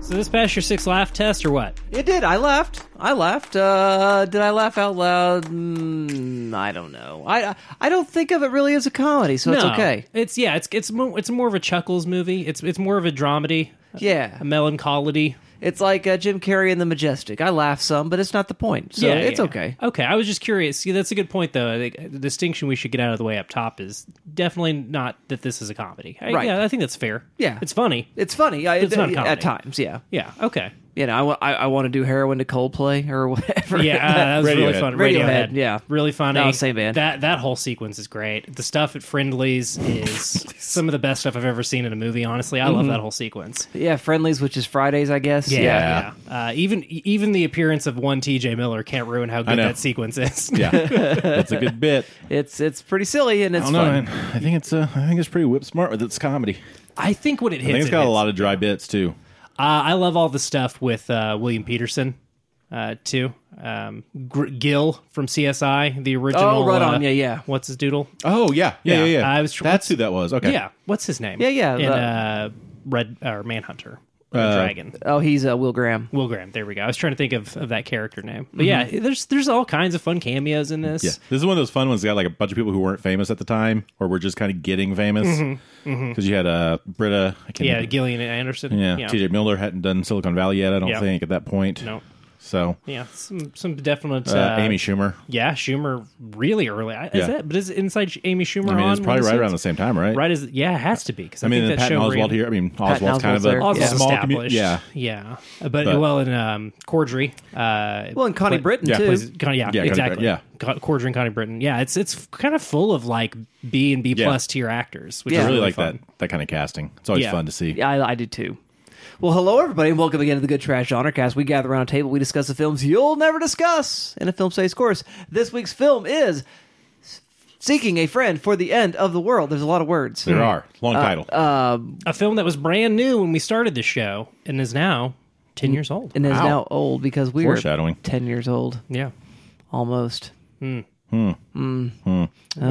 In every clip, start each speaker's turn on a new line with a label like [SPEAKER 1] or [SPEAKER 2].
[SPEAKER 1] So this passed your six laugh test or what?
[SPEAKER 2] It did. I laughed. I laughed. Uh, did I laugh out loud? Mm, I don't know. I I don't think of it really as a comedy, so it's
[SPEAKER 1] No.
[SPEAKER 2] okay.
[SPEAKER 1] It's yeah. It's it's mo- it's more of a chuckles movie. It's it's more of a dramedy,
[SPEAKER 2] Yeah,
[SPEAKER 1] a melancholy.
[SPEAKER 2] it's like uh, Jim Carrey in The Majestic. I laugh some, but it's not the point. So
[SPEAKER 1] yeah,
[SPEAKER 2] it's
[SPEAKER 1] yeah.
[SPEAKER 2] okay.
[SPEAKER 1] Okay, I was just curious. See, that's a good point though. I think The distinction we should get out of the way up top is definitely not that this is a comedy. I,
[SPEAKER 2] Right.
[SPEAKER 1] Yeah, I think that's fair.
[SPEAKER 2] Yeah.
[SPEAKER 1] it's funny.
[SPEAKER 2] It's funny. I, uh,
[SPEAKER 1] It's not
[SPEAKER 2] at
[SPEAKER 1] comedy.
[SPEAKER 2] times. Yeah,
[SPEAKER 1] Yeah. Okay.
[SPEAKER 2] you know, I, wa- I, I want to do heroin to Coldplay or whatever.
[SPEAKER 1] Yeah, uh, that was really
[SPEAKER 3] Radiohead.
[SPEAKER 1] fun.
[SPEAKER 2] Radiohead,
[SPEAKER 1] Radiohead,
[SPEAKER 2] yeah.
[SPEAKER 1] really funny.
[SPEAKER 2] No, same band.
[SPEAKER 1] That that whole sequence is great. The stuff at Friendlies is some of the best stuff I've ever seen in a movie. Honestly, I
[SPEAKER 2] Mm-hmm.
[SPEAKER 1] love that whole sequence.
[SPEAKER 2] yeah, friendlies, which is Fridays, I guess.
[SPEAKER 3] Yeah.
[SPEAKER 1] yeah. Uh, even even the appearance of one T.J. Miller can't ruin how good
[SPEAKER 3] know.
[SPEAKER 1] that sequence is.
[SPEAKER 3] Yeah, that's a good bit.
[SPEAKER 2] it's it's pretty silly and
[SPEAKER 3] I
[SPEAKER 2] it's
[SPEAKER 3] don't know,
[SPEAKER 2] fun.
[SPEAKER 3] man. I think it's uh, I think it's pretty whip smart with its comedy.
[SPEAKER 1] I think what it hits.
[SPEAKER 3] I think it's
[SPEAKER 1] it
[SPEAKER 3] got a
[SPEAKER 1] hits.
[SPEAKER 3] lot of dry bits too.
[SPEAKER 1] Uh, I love all the stuff with uh, William Peterson, uh, too. Um, Gr- Gil from CSI, the original.
[SPEAKER 2] right
[SPEAKER 1] uh,
[SPEAKER 2] on. Yeah, yeah.
[SPEAKER 1] What's his doodle?
[SPEAKER 3] Oh yeah, yeah,
[SPEAKER 1] Yeah.
[SPEAKER 3] yeah. yeah,
[SPEAKER 1] I was tr-
[SPEAKER 3] That's who that was. Okay.
[SPEAKER 1] Yeah, what's his name?
[SPEAKER 2] Yeah, yeah,
[SPEAKER 1] In,
[SPEAKER 2] the-
[SPEAKER 1] uh, Red or Manhunter, Red
[SPEAKER 3] Uh,
[SPEAKER 1] Dragon,
[SPEAKER 2] Oh, he's uh, Will Graham.
[SPEAKER 1] Will Graham. There we go. I was trying to think of, of that character name, but yeah, there's there's all kinds of fun cameos in this.
[SPEAKER 3] Yeah. This is one of those fun ones. that Got like a bunch of people who weren't famous at the time, or were just kind of getting famous. Because you had uh, Britta, I can't
[SPEAKER 1] Mm-hmm. Yeah,
[SPEAKER 3] remember-
[SPEAKER 1] Gillian Anderson.
[SPEAKER 3] yeah, T.J. Miller hadn't done Silicon Valley yet. I don't
[SPEAKER 1] Yeah.
[SPEAKER 3] think at that point.
[SPEAKER 1] No.
[SPEAKER 3] So
[SPEAKER 1] Yeah, some some definite
[SPEAKER 3] uh,
[SPEAKER 1] uh,
[SPEAKER 3] Amy Schumer.
[SPEAKER 1] Yeah, Schumer really early. I- Is
[SPEAKER 3] Yeah.
[SPEAKER 1] that? But is it inside Amy Schumer?
[SPEAKER 3] I mean,
[SPEAKER 1] on
[SPEAKER 3] it's probably
[SPEAKER 1] when
[SPEAKER 3] right
[SPEAKER 1] this
[SPEAKER 3] around the
[SPEAKER 1] ends?
[SPEAKER 3] same time, right?
[SPEAKER 1] Right as yeah, it has to be because I,
[SPEAKER 3] I mean,
[SPEAKER 1] think
[SPEAKER 3] and
[SPEAKER 1] that
[SPEAKER 3] Patton
[SPEAKER 1] show
[SPEAKER 3] Oswald
[SPEAKER 1] ran-
[SPEAKER 3] here. I mean,
[SPEAKER 2] Patton
[SPEAKER 3] Oswald's kind of
[SPEAKER 2] Oswalt's
[SPEAKER 3] a
[SPEAKER 2] there. Oswald's
[SPEAKER 1] Oswald's
[SPEAKER 3] small commu-
[SPEAKER 1] established.
[SPEAKER 3] Yeah.
[SPEAKER 1] yeah, but,
[SPEAKER 3] But-
[SPEAKER 1] well, in um, Cordry, uh,
[SPEAKER 2] Well, and Connie
[SPEAKER 1] but-
[SPEAKER 2] Britton
[SPEAKER 3] yeah,
[SPEAKER 2] too.
[SPEAKER 3] plays-
[SPEAKER 1] Con- yeah,
[SPEAKER 3] Yeah, Connie
[SPEAKER 1] exactly.
[SPEAKER 3] Britton, yeah.
[SPEAKER 1] Co- Cordray and Connie Britton. Yeah, it's it's kind of full of like B and B
[SPEAKER 3] Yeah.
[SPEAKER 1] plus tier actors, which
[SPEAKER 2] Yeah.
[SPEAKER 1] is
[SPEAKER 3] I really
[SPEAKER 1] really
[SPEAKER 3] like
[SPEAKER 1] fun.
[SPEAKER 3] that that kind of casting. It's always
[SPEAKER 1] Yeah.
[SPEAKER 3] fun to see.
[SPEAKER 2] Yeah, I, I do too. Well, hello everybody, and welcome again to the Good Trash Genre Cast. We gather around a table, we discuss the films you'll never discuss in a film studies course. This week's film is Seeking a Friend for the End of the World. There's a lot of words.
[SPEAKER 3] There are long
[SPEAKER 2] Uh,
[SPEAKER 3] title.
[SPEAKER 1] A film that was brand new when we started the show and is now ten years old.
[SPEAKER 2] And is
[SPEAKER 3] Wow.
[SPEAKER 2] now old because we are
[SPEAKER 3] Foreshadowing.
[SPEAKER 2] 10 years old
[SPEAKER 1] yeah.
[SPEAKER 2] almost. Uh.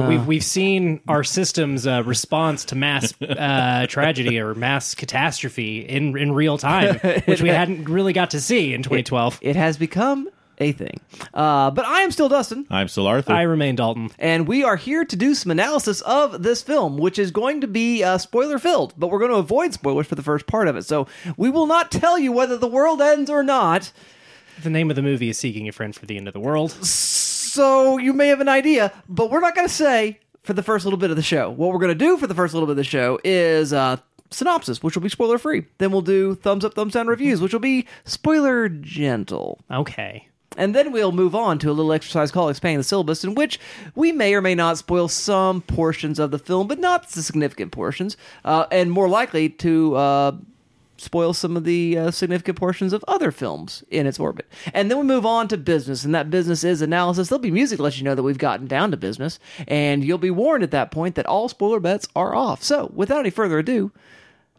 [SPEAKER 1] we've we've seen our system's uh, response to mass uh, tragedy or mass catastrophe in in real time, which we hadn't really got to see in 2012.
[SPEAKER 2] It has become a thing. Uh, but I am still Dustin.
[SPEAKER 3] I'm still Arthur.
[SPEAKER 1] I remain Dalton.
[SPEAKER 2] and we are here to do some analysis of this film, which is going to be uh, spoiler filled, but we're going to avoid spoilers for the first part of it. So we will not tell you whether the world ends or not.
[SPEAKER 1] The name of the movie is Seeking a Friend for the End of the World.
[SPEAKER 2] So you may have an idea, but we're not going to say for the first little bit of the show. What we're going to do for the first little bit of the show is uh, synopsis, which will be spoiler free. Then we'll do thumbs up, thumbs down reviews, which will be spoiler gentle.
[SPEAKER 1] Okay.
[SPEAKER 2] And then we'll move on to a little exercise called Expanding the Syllabus, in which we may or may not spoil some portions of the film, but not the significant portions, uh, and more likely to uh, spoil some of the uh, significant portions of other films in its orbit. And then we move on to business, and that business is analysis. There'll be music to let you know that we've gotten down to business, and you'll be warned at that point that all spoiler bets are off. So, without any further ado,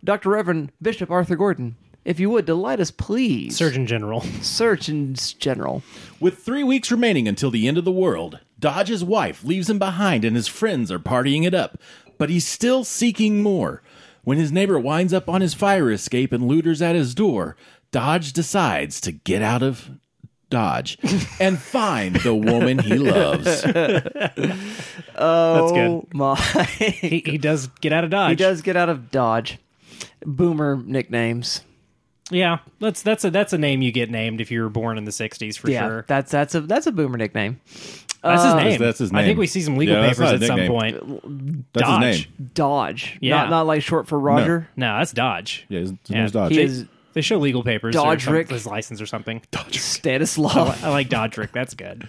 [SPEAKER 2] Dr. Reverend Bishop Arthur Gordon, if you would delight us, please.
[SPEAKER 1] Surgeon General.
[SPEAKER 2] Surgeons General.
[SPEAKER 3] With three weeks remaining until the end of the world, Dodge's wife leaves him behind and his friends are partying it up, but he's still seeking more. When his neighbor winds up on his fire escape and looters at his door, Dodge decides to get out of Dodge and find the woman he loves.
[SPEAKER 1] That's good.
[SPEAKER 2] Oh my.
[SPEAKER 1] He, he does get out of Dodge.
[SPEAKER 2] he does get out of Dodge. Boomer nicknames.
[SPEAKER 1] Yeah. That's that's a that's a name you get named if you were born in the 60s for
[SPEAKER 2] Yeah, Uh,
[SPEAKER 1] sure.
[SPEAKER 2] that's that's a that's a boomer nickname.
[SPEAKER 1] That's his name.
[SPEAKER 3] that's his
[SPEAKER 1] I think
[SPEAKER 3] name.
[SPEAKER 1] we see some legal
[SPEAKER 3] Yeah, that's
[SPEAKER 1] papers
[SPEAKER 3] not
[SPEAKER 1] at
[SPEAKER 3] a
[SPEAKER 1] some
[SPEAKER 3] nickname.
[SPEAKER 1] point.
[SPEAKER 3] That's
[SPEAKER 1] Dodge.
[SPEAKER 3] his name.
[SPEAKER 2] Dodge.
[SPEAKER 1] Yeah.
[SPEAKER 2] Not not like short for Roger.
[SPEAKER 1] No, that's Dodge.
[SPEAKER 3] Yeah, his, his
[SPEAKER 1] Yeah.
[SPEAKER 3] name's Dodge.
[SPEAKER 2] He is
[SPEAKER 1] They show legal papers. or
[SPEAKER 2] Dodge
[SPEAKER 1] some-
[SPEAKER 2] Rick.
[SPEAKER 1] His license or something.
[SPEAKER 2] Stanislaw.
[SPEAKER 1] I like Dodrick. That's good.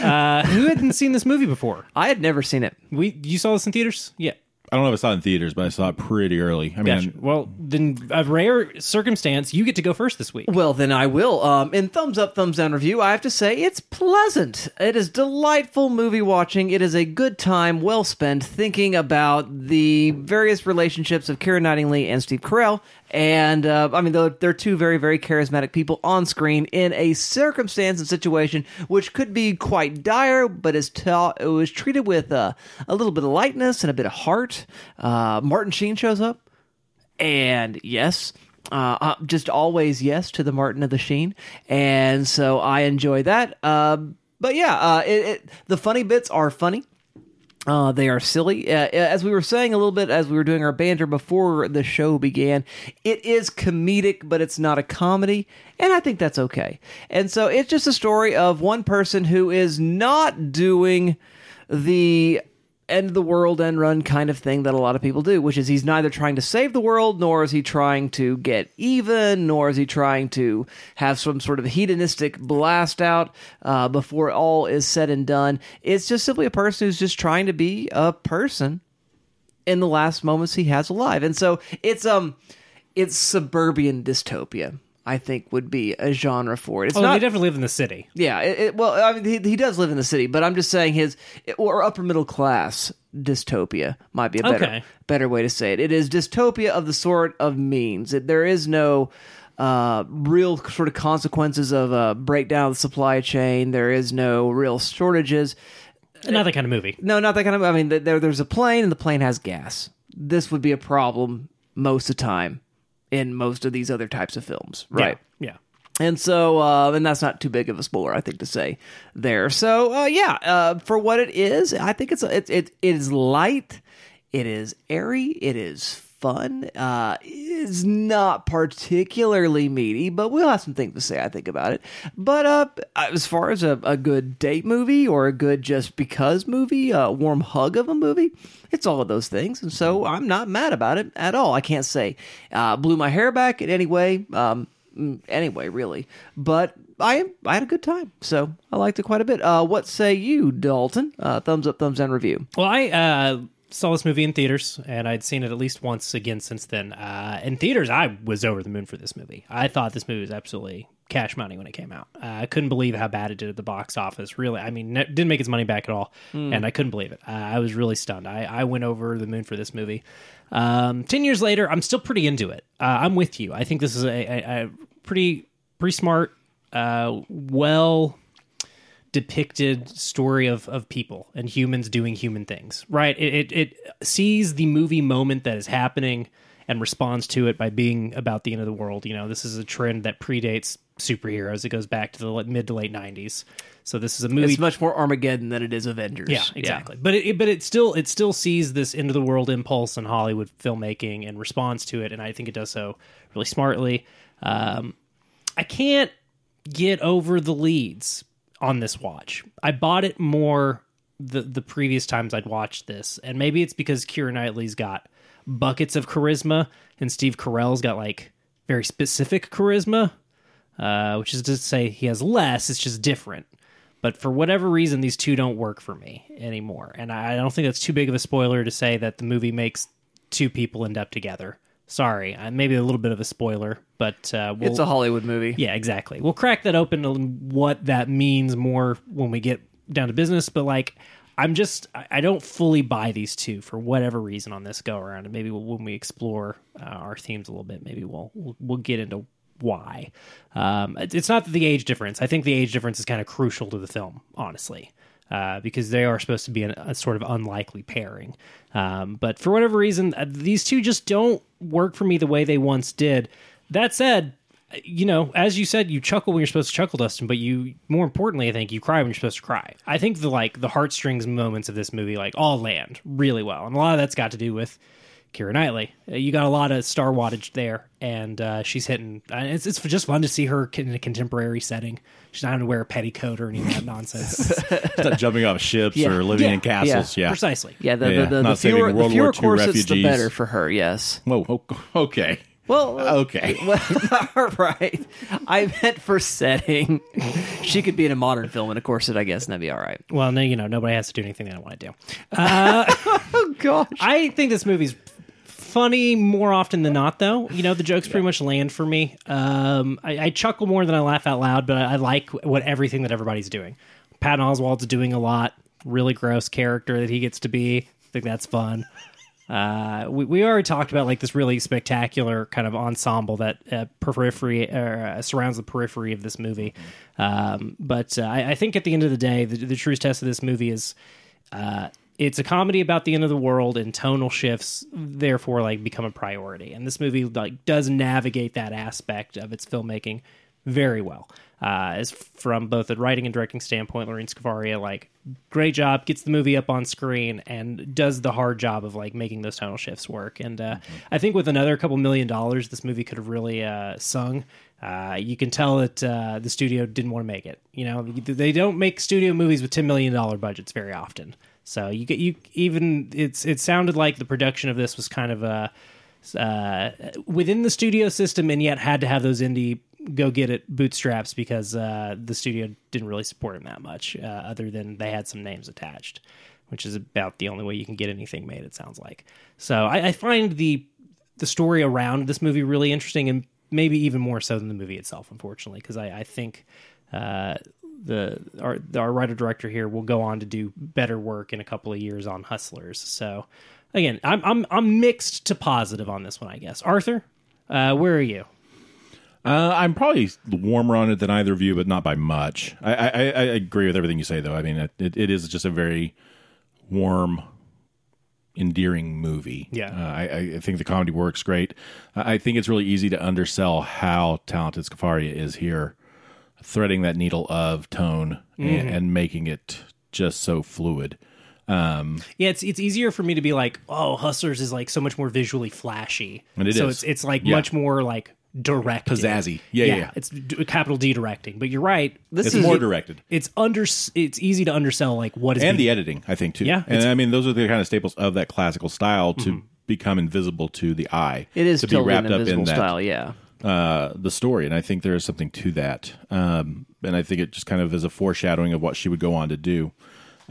[SPEAKER 1] Uh, who hadn't seen this movie before?
[SPEAKER 2] I had never seen it.
[SPEAKER 1] We you saw this in theaters? Yeah.
[SPEAKER 3] I don't know if I saw it in theaters, but I saw it pretty early. I mean,
[SPEAKER 1] Gotcha. Well, then a rare circumstance, you get to go first this week.
[SPEAKER 2] Well, then I will. Um, in thumbs up, thumbs down review, I have to say it's pleasant. It is delightful movie watching. It is a good time well spent thinking about the various relationships of Karen Knightley and Steve Carell. And uh, I mean, they're, they're two very, very charismatic people on screen in a circumstance and situation which could be quite dire, but is ta- it was treated with uh, a little bit of lightness and a bit of heart. Uh, Martin Sheen shows up and yes, uh, uh, just always yes to the Martin of the Sheen, and so I enjoy that. Um but yeah, uh, it, it, the funny bits are funny. Uh, they are silly. Uh, as we were saying a little bit as we were doing our banter before the show began, it is comedic, but it's not a comedy. And I think that's okay. And so it's just a story of one person who is not doing the end of the world and run kind of thing that a lot of people do, which is he's neither trying to save the world, nor is he trying to get even, nor is he trying to have some sort of hedonistic blast out uh, before all is said and done. It's just simply a person who's just trying to be a person in the last moments he has alive. And so it's um it's suburban dystopia. I think would be a genre for it. It's
[SPEAKER 1] Oh,
[SPEAKER 2] not
[SPEAKER 1] they definitely live in the city.
[SPEAKER 2] yeah, it, it, well, I mean, he, he does live in the city, but I'm just saying his or upper middle class dystopia might be a better
[SPEAKER 1] Okay.
[SPEAKER 2] better way to say it. It is dystopia of the sort of means. It, there is no uh, real sort of consequences of a breakdown of the supply chain. There is no real shortages.
[SPEAKER 1] Another kind of movie.
[SPEAKER 2] No, not that kind of. I mean, th- there there's a plane, and the plane has gas. This would be a problem most of the time in most of these other types of films, right?
[SPEAKER 1] Yeah.
[SPEAKER 2] And so, uh, and that's not too big of a spoiler, I think, to say there. So, uh, yeah, uh, for what it is, I think it's it, it, it is light, it is airy, it is fun. Uh, it's not particularly meaty, but we'll have some things to say, I think, about it. But uh, as far as a, a good date movie or a good just because movie, a warm hug of a movie, it's all of those things. And so, I'm not mad about it at all. I can't say uh, blew my hair back in any way. Um, mm, anyway, really. But I I had a good time, so I liked it quite a bit. Uh, what say you, Dalton? Uh, thumbs up, thumbs down, review.
[SPEAKER 1] Well, I uh, saw this movie in theaters, and I'd seen it at least once again since then. Uh, in theaters, I was over the moon for this movie. I thought this movie was absolutely cash money when it came out. Uh, I couldn't believe how bad it did at the box office. Really, I mean, it didn't make its money back at all, and I couldn't believe it. Uh, I was really stunned. I, I went over the moon for this movie. Um, Ten years later, I'm still pretty into it. Uh, I'm with you. I think this is a, a, a pretty pretty smart, uh, well depicted story of of people and humans doing human things right it, it it sees the movie moment that is happening and responds to it by being about the end of the world you know this is a trend that predates superheroes it goes back to the le- mid to late 90s so this is a movie
[SPEAKER 2] It's much more Armageddon than it is Avengers.
[SPEAKER 1] yeah, exactly. But it, it- but it still it still sees this end of the world impulse in Hollywood filmmaking and responds to it, and I think it does so really smartly. Um, I can't get over the leads on this watch. I bought it more the the previous times I'd watched this, and maybe it's because Keira Knightley's got buckets of charisma, and Steve Carell's got like very specific charisma uh, which is to say he has less. It's just different. But for whatever reason, these two don't work for me anymore. And I I don't think that's too big of a spoiler to say that the movie makes two people end up together. Sorry, uh, maybe a little bit of a spoiler, but uh, we'll,
[SPEAKER 2] It's a Hollywood movie.
[SPEAKER 1] yeah, exactly. We'll crack that open on what that means more when we get down to business. But like, I'm just I I don't fully buy these two for whatever reason on this go around. And maybe we'll, when we explore uh, our themes a little bit, maybe we'll we'll, we'll get into why. Um, it- it's not the age difference. I think the age difference is kind of crucial to the film, honestly. Uh, because they are supposed to be an, a sort of unlikely pairing. Um, but for whatever reason, uh, these two just don't work for me the way they once did. That said, Uh, you know, as you said, you chuckle when you're supposed to chuckle, Dustin. But you, more importantly, I think you cry when you're supposed to cry. I think the like the heartstrings moments of this movie like all land really well, and a lot of that's got to do with Kira Knightley. Uh, You got a lot of star wattage there, and uh, she's hitting. And it's it's just fun to see her in a contemporary setting. She's not having to wear a petticoat or any of that nonsense.
[SPEAKER 3] It's not jumping off ships
[SPEAKER 2] Yeah.
[SPEAKER 3] or living
[SPEAKER 1] Yeah.
[SPEAKER 3] in castles. Yeah.
[SPEAKER 1] Precisely.
[SPEAKER 2] Yeah, the,
[SPEAKER 3] Yeah,
[SPEAKER 2] the, the, the
[SPEAKER 3] not saving
[SPEAKER 2] fewer, the
[SPEAKER 3] World
[SPEAKER 2] fewer
[SPEAKER 3] War II
[SPEAKER 2] corsets, the
[SPEAKER 3] refugees.
[SPEAKER 2] better for her. Yes.
[SPEAKER 3] Whoa. o- Okay.
[SPEAKER 2] Well,
[SPEAKER 3] Okay.
[SPEAKER 2] Well, all right. I meant for setting. She could be in a modern film in a corset, I guess, and that'd be all right.
[SPEAKER 1] Well, no, you know, nobody has to do anything they don't want to do.
[SPEAKER 2] Oh gosh.
[SPEAKER 1] I think this movie's funny more often than not, though. You know, the jokes pretty much land for me. Um, I, I chuckle more than I laugh out loud, but I, I like what everything that everybody's doing. Patton Oswald's doing a lot. Really gross character that he gets to be. I think that's fun. Uh, we, we already talked about like this really spectacular kind of ensemble that uh, periphery or, uh, surrounds the periphery of this movie. Um, but uh, I, I think at the end of the day, the, the true test of this movie is uh, It's a comedy about the end of the world and tonal shifts therefore like become a priority. And this movie like does navigate that aspect of its filmmaking very well. Uh, as from both a writing and directing standpoint, Lorraine Scafaria like great job gets the movie up on screen and does the hard job of like making those tonal shifts work. And uh, I think with another couple million dollars, this movie could have really uh, sung. Uh, you can tell that uh, the studio didn't want to make it. You know, they don't make studio movies with ten million dollar budgets very often. So you get you even it's it sounded like the production of this was kind of a uh, within the studio system and yet had to have those indie go get it bootstraps because uh, the studio didn't really support him that much, uh, other than they had some names attached, which is about the only way you can get anything made. It sounds like. So I, I find the the story around this movie really interesting, and maybe even more so than the movie itself, unfortunately, because I, I think. Uh, the our, our writer director here will go on to do better work in a couple of years on Hustlers. So, again, I'm I'm I'm mixed to positive on this one, I guess. Arthur, uh, where are you?
[SPEAKER 3] Uh, I'm probably warmer on it than either of you, but not by much. I, I, I I agree with everything you say, though. I mean, it, it is just a very warm, endearing movie.
[SPEAKER 1] Yeah.
[SPEAKER 3] Uh, I, I think the comedy works great. I I think it's really easy to undersell how talented Scafaria is here, threading that needle of tone and, and making it just so fluid.
[SPEAKER 1] Yeah, it's it's easier for me to be like, oh, Hustlers is like so much more visually flashy,
[SPEAKER 3] And it
[SPEAKER 1] so
[SPEAKER 3] is.
[SPEAKER 1] it's it's like
[SPEAKER 3] Yeah.
[SPEAKER 1] much more like direct
[SPEAKER 3] Pizzazzy. Yeah, yeah, yeah.
[SPEAKER 1] It's d- capital D directing, but you're right.
[SPEAKER 2] This
[SPEAKER 3] It's
[SPEAKER 2] is
[SPEAKER 3] more directed.
[SPEAKER 1] It's under. It's easy to undersell like what is
[SPEAKER 3] and
[SPEAKER 1] being-
[SPEAKER 3] the editing, I think too.
[SPEAKER 1] Yeah,
[SPEAKER 3] and
[SPEAKER 1] it's-
[SPEAKER 3] I mean those are the kind of staples of that classical style to become invisible to the eye.
[SPEAKER 2] Mm-hmm. It is
[SPEAKER 3] to
[SPEAKER 2] totally
[SPEAKER 3] be wrapped
[SPEAKER 2] an
[SPEAKER 3] up
[SPEAKER 2] invisible
[SPEAKER 3] in that,
[SPEAKER 2] style, yeah.
[SPEAKER 3] uh, the story, and I think there is something to that. Um, and I think it just kind of is a foreshadowing of what she would go on to do.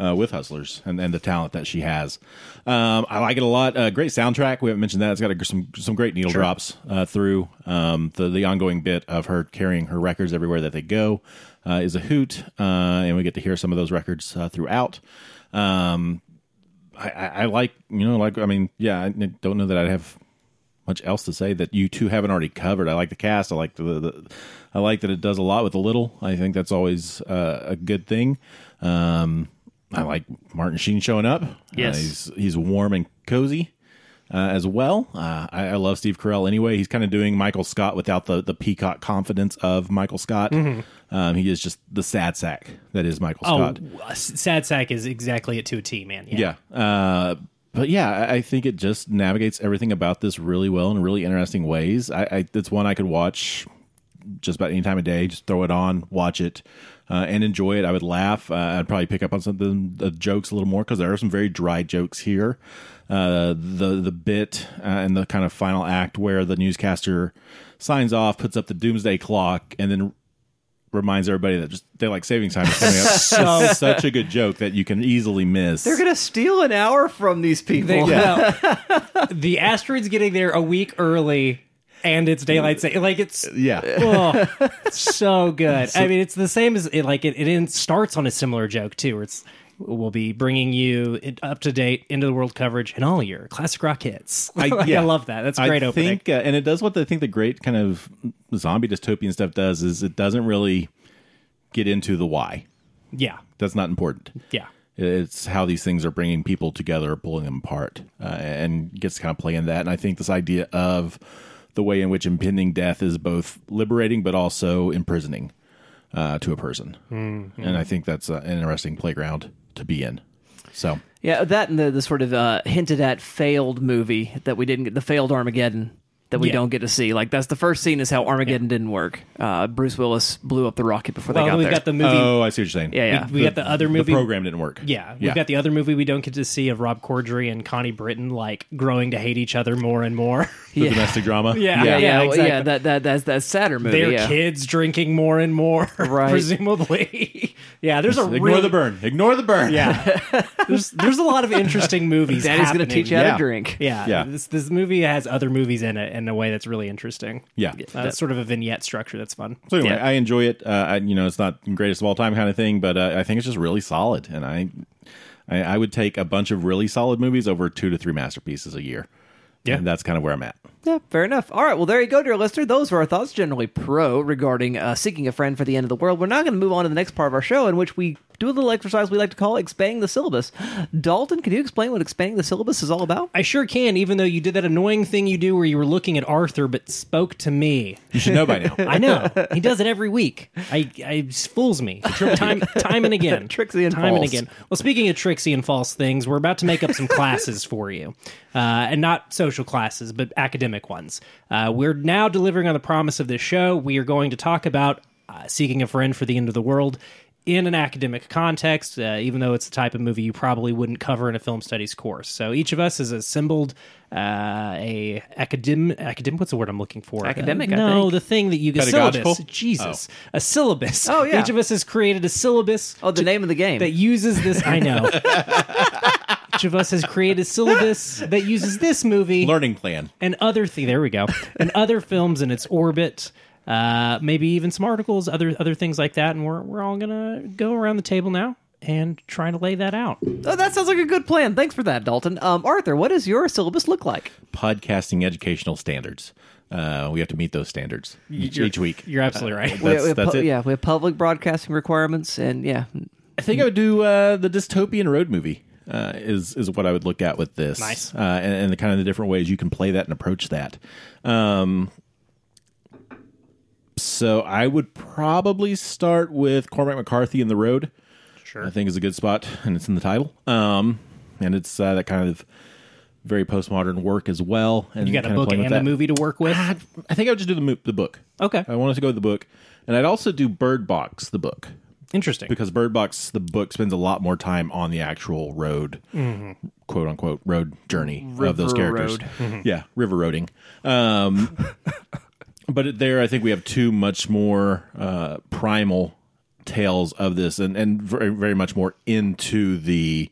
[SPEAKER 3] Uh, with hustlers and, and the talent that she has, um, I like it a lot. Uh, great soundtrack. We haven't mentioned that. It's got a, some some great needle drops uh, through. Um, the the ongoing bit of her carrying her records everywhere that they go uh, is a hoot, uh, and we get to hear some of those records uh, throughout. Um, I, I, I like you know like I mean yeah I don't know that I have much else to say that you two haven't already covered. I like the cast. I like the, the I like that it does a lot with a little. I think that's always uh, a good thing. Um, I like Martin Sheen showing up.
[SPEAKER 2] Yes.
[SPEAKER 3] Uh, he's he's warm and cozy. Uh, as well, uh, I, I love Steve Carell. Anyway, he's kind of doing Michael Scott without the, the peacock confidence of Michael Scott. Um, he is just the sad sack that is Michael
[SPEAKER 1] oh,
[SPEAKER 3] Scott.
[SPEAKER 1] uh, Sad Sack is exactly it to a T, man. Yeah.
[SPEAKER 3] Yeah. Uh, but yeah, I- I think it just navigates everything about this really well in really interesting ways. I, I it's one I could watch just about any time of day. Just throw it on, watch it, uh, and enjoy it. I would laugh. Uh, I'd probably pick up on some of the the jokes a little more because there are some very dry jokes here. Uh, the the bit uh, and the kind of final act where the newscaster signs off, puts up the doomsday clock, and then reminds everybody that just daylight savings time is coming up. It's such a good joke that you can easily miss.
[SPEAKER 2] They're going to steal an hour from these people.
[SPEAKER 1] They- well, the asteroid's getting there a week early, and it's daylight saving. Like it's
[SPEAKER 3] yeah.
[SPEAKER 1] oh, it's so good. I mean, it's the same as it, like it, it in, starts on a similar joke too. Where it's we'll be bringing you it- up to date into the world coverage and all your classic rock hits. Like, I,
[SPEAKER 3] yeah.
[SPEAKER 1] love that. That's a great
[SPEAKER 3] I
[SPEAKER 1] opening.
[SPEAKER 3] Think, uh, and it does what I think the great kind of zombie dystopian stuff does is it doesn't really get into the why.
[SPEAKER 1] yeah,
[SPEAKER 3] That's not important.
[SPEAKER 1] yeah.
[SPEAKER 3] It's how these things are bringing people together or pulling them apart, uh, and gets to kind of play in that. And I think this idea of the way in which impending death is both liberating but also imprisoning uh, to a person,
[SPEAKER 1] Mm-hmm.
[SPEAKER 3] and I think that's uh, an interesting playground to be in. So
[SPEAKER 2] Yeah, that and the, the sort of uh, hinted at failed movie that we didn't get, the failed Armageddon that we
[SPEAKER 1] Yeah.
[SPEAKER 2] don't get to see. Like, that's the first scene is how Armageddon didn't work. Uh, Bruce Willis blew up the rocket before
[SPEAKER 1] Well,
[SPEAKER 2] they
[SPEAKER 1] then
[SPEAKER 2] got
[SPEAKER 1] we've
[SPEAKER 2] there.
[SPEAKER 1] got the movie.
[SPEAKER 3] oh, I see what you're saying.
[SPEAKER 2] yeah, yeah.
[SPEAKER 1] we, we got the other movie.
[SPEAKER 3] The program didn't work.
[SPEAKER 1] Yeah, we've got the other movie we don't get to see of Rob Corddry and Connie Britton like growing to hate each other more and more.
[SPEAKER 3] the
[SPEAKER 2] Yeah.
[SPEAKER 3] domestic drama.
[SPEAKER 1] Yeah.
[SPEAKER 2] yeah, yeah, well,
[SPEAKER 1] exactly.
[SPEAKER 2] yeah, that, that, that's that sadder movie.
[SPEAKER 1] Their
[SPEAKER 2] yeah.
[SPEAKER 1] kids drinking more and more,
[SPEAKER 2] Right.
[SPEAKER 1] presumably. yeah, there's a
[SPEAKER 3] Ignore
[SPEAKER 1] really-
[SPEAKER 3] the burn. Ignore the burn.
[SPEAKER 1] Yeah, there's there's a lot of interesting movies.
[SPEAKER 2] Daddy's going to
[SPEAKER 1] happening.
[SPEAKER 2] teach you how
[SPEAKER 3] Yeah.
[SPEAKER 2] to drink.
[SPEAKER 1] Yeah,
[SPEAKER 3] Yeah.
[SPEAKER 1] This this movie has other movies in it in a way that's really interesting.
[SPEAKER 3] Yeah.
[SPEAKER 1] Uh, that's sort of a vignette structure that's fun.
[SPEAKER 3] So anyway,
[SPEAKER 2] Yeah.
[SPEAKER 3] I enjoy it. Uh, I, you know, it's not the greatest of all time kind of thing, but uh, I think it's just really solid. And I, I, I would take a bunch of really solid movies over two to three masterpieces a year.
[SPEAKER 1] Yeah.
[SPEAKER 3] and that's kind of where I'm at.
[SPEAKER 2] Yeah, fair enough. All right, well, there you go, dear listener. Those were our thoughts, generally pro, regarding uh, seeking a friend for the end of the world. We're now going to move on to the next part of our show, in which we do a little exercise we like to call expanding the syllabus. Dalton, can you explain what expanding the syllabus is all about?
[SPEAKER 1] I sure can, even though you did that annoying thing you do where you were looking at Arthur but spoke to me.
[SPEAKER 3] You should know by now.
[SPEAKER 1] I know. He does it every week. I, I just fools me. Time time and again.
[SPEAKER 2] Trixie and
[SPEAKER 1] time and
[SPEAKER 2] false.
[SPEAKER 1] again. Well, speaking of tricksy and false things, we're about to make up some classes for you, uh, and not social classes, but academic ones. Uh, we're now delivering on the promise of this show. We are going to talk about uh, seeking a friend for the end of the world in an academic context, uh, even though it's the type of movie you probably wouldn't cover in a film studies course. So each of us has assembled uh, a academic academic. What's the word I'm looking for?
[SPEAKER 2] Academic,
[SPEAKER 1] Uh,
[SPEAKER 2] I
[SPEAKER 1] no,
[SPEAKER 2] think.
[SPEAKER 1] the thing that you get
[SPEAKER 3] Pedagogical?
[SPEAKER 1] syllabus. Jesus, a syllabus.
[SPEAKER 2] Oh, yeah.
[SPEAKER 1] Each of us has created a syllabus
[SPEAKER 2] Oh, the name of the game.
[SPEAKER 1] that uses this. I know. Each of us has created a syllabus that uses this movie
[SPEAKER 3] Learning plan.
[SPEAKER 1] and other thi- There we go. and other films in its orbit. Uh, maybe even some articles, other other things like that. And we're we're all gonna go around the table now and try to lay that out.
[SPEAKER 2] oh, that sounds like a good plan. Thanks for that, Dalton. Um, Arthur, what does your syllabus look like?
[SPEAKER 3] Podcasting educational standards. Uh, we have to meet those standards each, each week. Uh,
[SPEAKER 1] You're absolutely right.
[SPEAKER 2] We-
[SPEAKER 3] That's-
[SPEAKER 2] we have
[SPEAKER 3] that's
[SPEAKER 2] pu-
[SPEAKER 3] it.
[SPEAKER 2] Yeah, we have public broadcasting requirements, and yeah,
[SPEAKER 3] I think I would do uh, the dystopian road movie. Uh, is is what I would look at with this.
[SPEAKER 1] Nice.
[SPEAKER 3] uh, and, and the kind of the different ways you can play that and approach that. Um, so I would probably start with Cormac McCarthy in the road.
[SPEAKER 1] Sure.
[SPEAKER 3] I think is a good spot, and it's in the title. Um, and it's uh, that kind of very postmodern work as well. And
[SPEAKER 1] You got a
[SPEAKER 3] kind of
[SPEAKER 1] book
[SPEAKER 3] playing
[SPEAKER 1] and
[SPEAKER 3] with
[SPEAKER 1] a
[SPEAKER 3] that. Ah.
[SPEAKER 1] movie to work with.
[SPEAKER 3] I'd- I think I would just do the mo- the book.
[SPEAKER 1] Okay.
[SPEAKER 3] I wanted to go with the book, and I'd also do Bird Box the book
[SPEAKER 1] Interesting.
[SPEAKER 3] because Bird Box the book spends a lot more time on the actual road, quote unquote road journey of those
[SPEAKER 2] River
[SPEAKER 3] characters. Mm-hmm.
[SPEAKER 2] road.
[SPEAKER 3] Yeah, river roading. Um, but it- there, I think we have two much more uh, primal tales of this, and and very, very much more into the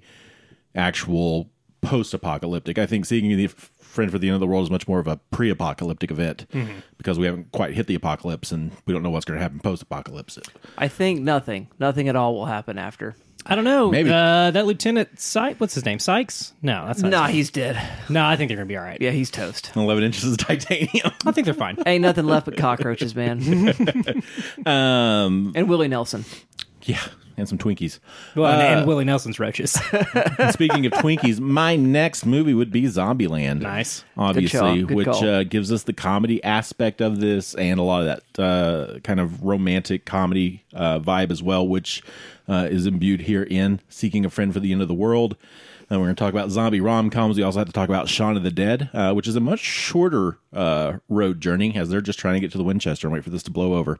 [SPEAKER 3] actual post-apocalyptic. I think seeking the F- friend for the end of the world is much more of a pre-apocalyptic event
[SPEAKER 2] Mm-hmm.
[SPEAKER 3] because we haven't quite hit the apocalypse and we don't know what's going to happen post-apocalypse.
[SPEAKER 2] I think nothing, nothing at all will happen after.
[SPEAKER 1] I don't know.
[SPEAKER 3] Maybe.
[SPEAKER 1] uh, that Lieutenant Sykes. What's his name? Sykes? No, that's not.
[SPEAKER 2] Nah,
[SPEAKER 1] his name.
[SPEAKER 2] he's dead.
[SPEAKER 1] no. I think they're gonna be all right.
[SPEAKER 2] Yeah, he's toast.
[SPEAKER 3] 11 inches of titanium.
[SPEAKER 1] I think they're fine.
[SPEAKER 2] Ain't nothing left but cockroaches, man.
[SPEAKER 3] Um,
[SPEAKER 2] and Willie Nelson.
[SPEAKER 3] yeah, and some Twinkies.
[SPEAKER 1] Well, and- and Willie Nelson's roaches.
[SPEAKER 3] And speaking of Twinkies, my next movie would be Zombieland.
[SPEAKER 1] Nice.
[SPEAKER 2] Good
[SPEAKER 3] obviously,
[SPEAKER 2] call. Good
[SPEAKER 3] which
[SPEAKER 2] call.
[SPEAKER 3] uh, gives us the comedy aspect of this and a lot of that uh, kind of romantic comedy uh, vibe as well, which uh, is imbued here in Seeking a Friend for the End of the World. And we're going to talk about zombie rom coms. We also have to talk about Shaun of the Dead, uh, which is a much shorter uh, road journey as they're just trying to get to the Winchester and wait for this to blow over.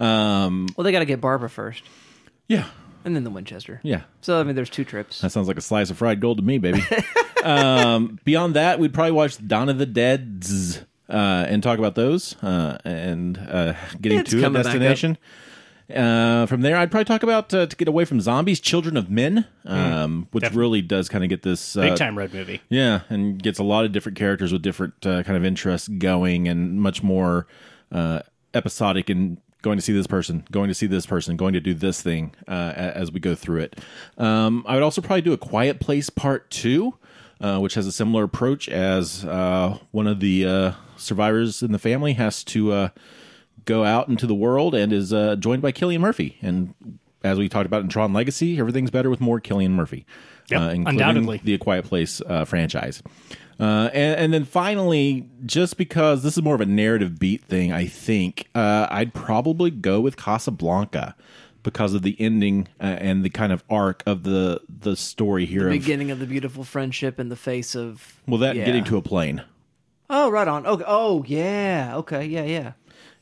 [SPEAKER 3] Um,
[SPEAKER 2] Well, they got to get Barbara first,
[SPEAKER 3] yeah,
[SPEAKER 2] and then the Winchester.
[SPEAKER 3] yeah.
[SPEAKER 2] So I mean, there's two trips.
[SPEAKER 3] That sounds like a slice of fried gold to me, baby. um, beyond that, we'd probably watch Dawn of the Dead's uh, and talk about those uh, and uh, getting
[SPEAKER 2] It's
[SPEAKER 3] to a
[SPEAKER 2] coming back up.
[SPEAKER 3] destination. Uh, from there, I'd probably talk about uh, to get away from zombies, Children of Men,
[SPEAKER 2] Mm,
[SPEAKER 3] um, which really does kind of get this uh,
[SPEAKER 1] Big time road movie.
[SPEAKER 3] yeah, and gets a lot of different characters with different uh, kind of interests going, and much more uh, episodic and going to see this person, going to see this person, going to do this thing uh, a- as we go through it. Um, I would also probably do a Quiet Place Part Two, uh, which has a similar approach as uh, one of the uh, survivors in the family has to. Uh, go out into the world and is uh, joined by Killian Murphy. And as we talked about in Tron Legacy, everything's better with more Killian Murphy, uh,
[SPEAKER 1] Yep,
[SPEAKER 3] including
[SPEAKER 1] undoubtedly.
[SPEAKER 3] the A Quiet Place uh, franchise. Uh, and, and then finally, just because this is more of a narrative beat thing, I think uh, I'd probably go with Casablanca because of the ending uh, and the kind of arc of the the story here. of-
[SPEAKER 2] Beginning of the beautiful friendship in the face of
[SPEAKER 3] well, that
[SPEAKER 2] yeah.
[SPEAKER 3] getting to a plane.
[SPEAKER 2] oh right on okay oh yeah okay yeah yeah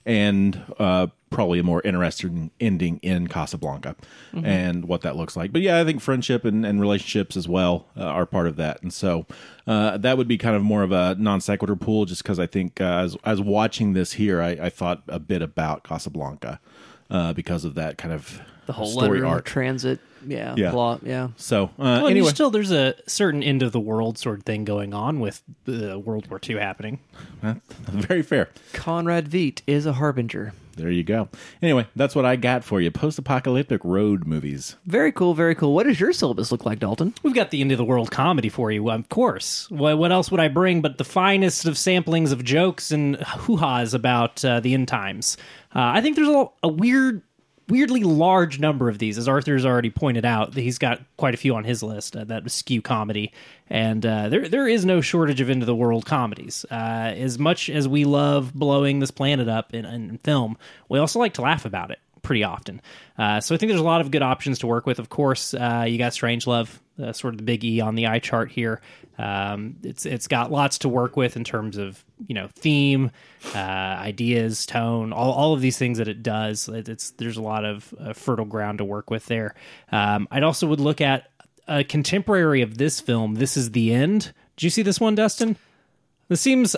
[SPEAKER 3] and uh, probably a more interesting ending in Casablanca and what that looks like. But yeah, I think friendship and, and relationships as well uh, are part of that. And so uh, that would be kind of more of a non sequitur pool just because I think uh, as, as watching this here, I, I thought a bit about Casablanca uh, because of that kind of
[SPEAKER 2] the whole
[SPEAKER 3] story
[SPEAKER 2] letter
[SPEAKER 3] arc.
[SPEAKER 2] transit yeah,
[SPEAKER 3] Yeah.
[SPEAKER 2] plot yeah
[SPEAKER 3] so uh,
[SPEAKER 1] Well, anyway.
[SPEAKER 3] anyway,
[SPEAKER 1] still there's a certain end of the world sort of thing going on with uh, World War II happening.
[SPEAKER 3] very fair.
[SPEAKER 2] Conrad Veidt is a harbinger.
[SPEAKER 3] There you go. Anyway, that's what I got for you. Post-apocalyptic road movies.
[SPEAKER 2] Very cool, very cool. What does your syllabus look like, Dalton?
[SPEAKER 1] We've got the end of the world comedy for you, of course. What, what else would I bring but the finest of samplings of jokes and hoo ha's about uh, the end times? Uh, I think there's a, a weird weirdly large number of these, as Arthur's already pointed out. He's got quite a few on his list uh, that skew comedy, and uh, there there is no shortage of end of the world comedies. Uh, as much as we love blowing this planet up in, in film, we also like to laugh about it pretty often. Uh, so I think there's a lot of good options to work with. Of course, uh, you got Strangelove, uh, sort of the big E on the eye chart here. Um, it's it's got lots to work with in terms of you know theme, uh, ideas, tone, all, all of these things that it does. It- It's there's a lot of uh, fertile ground to work with there. Um, I'd also would look at a contemporary of this film. This is the end. Did you see this one, Dustin? This seems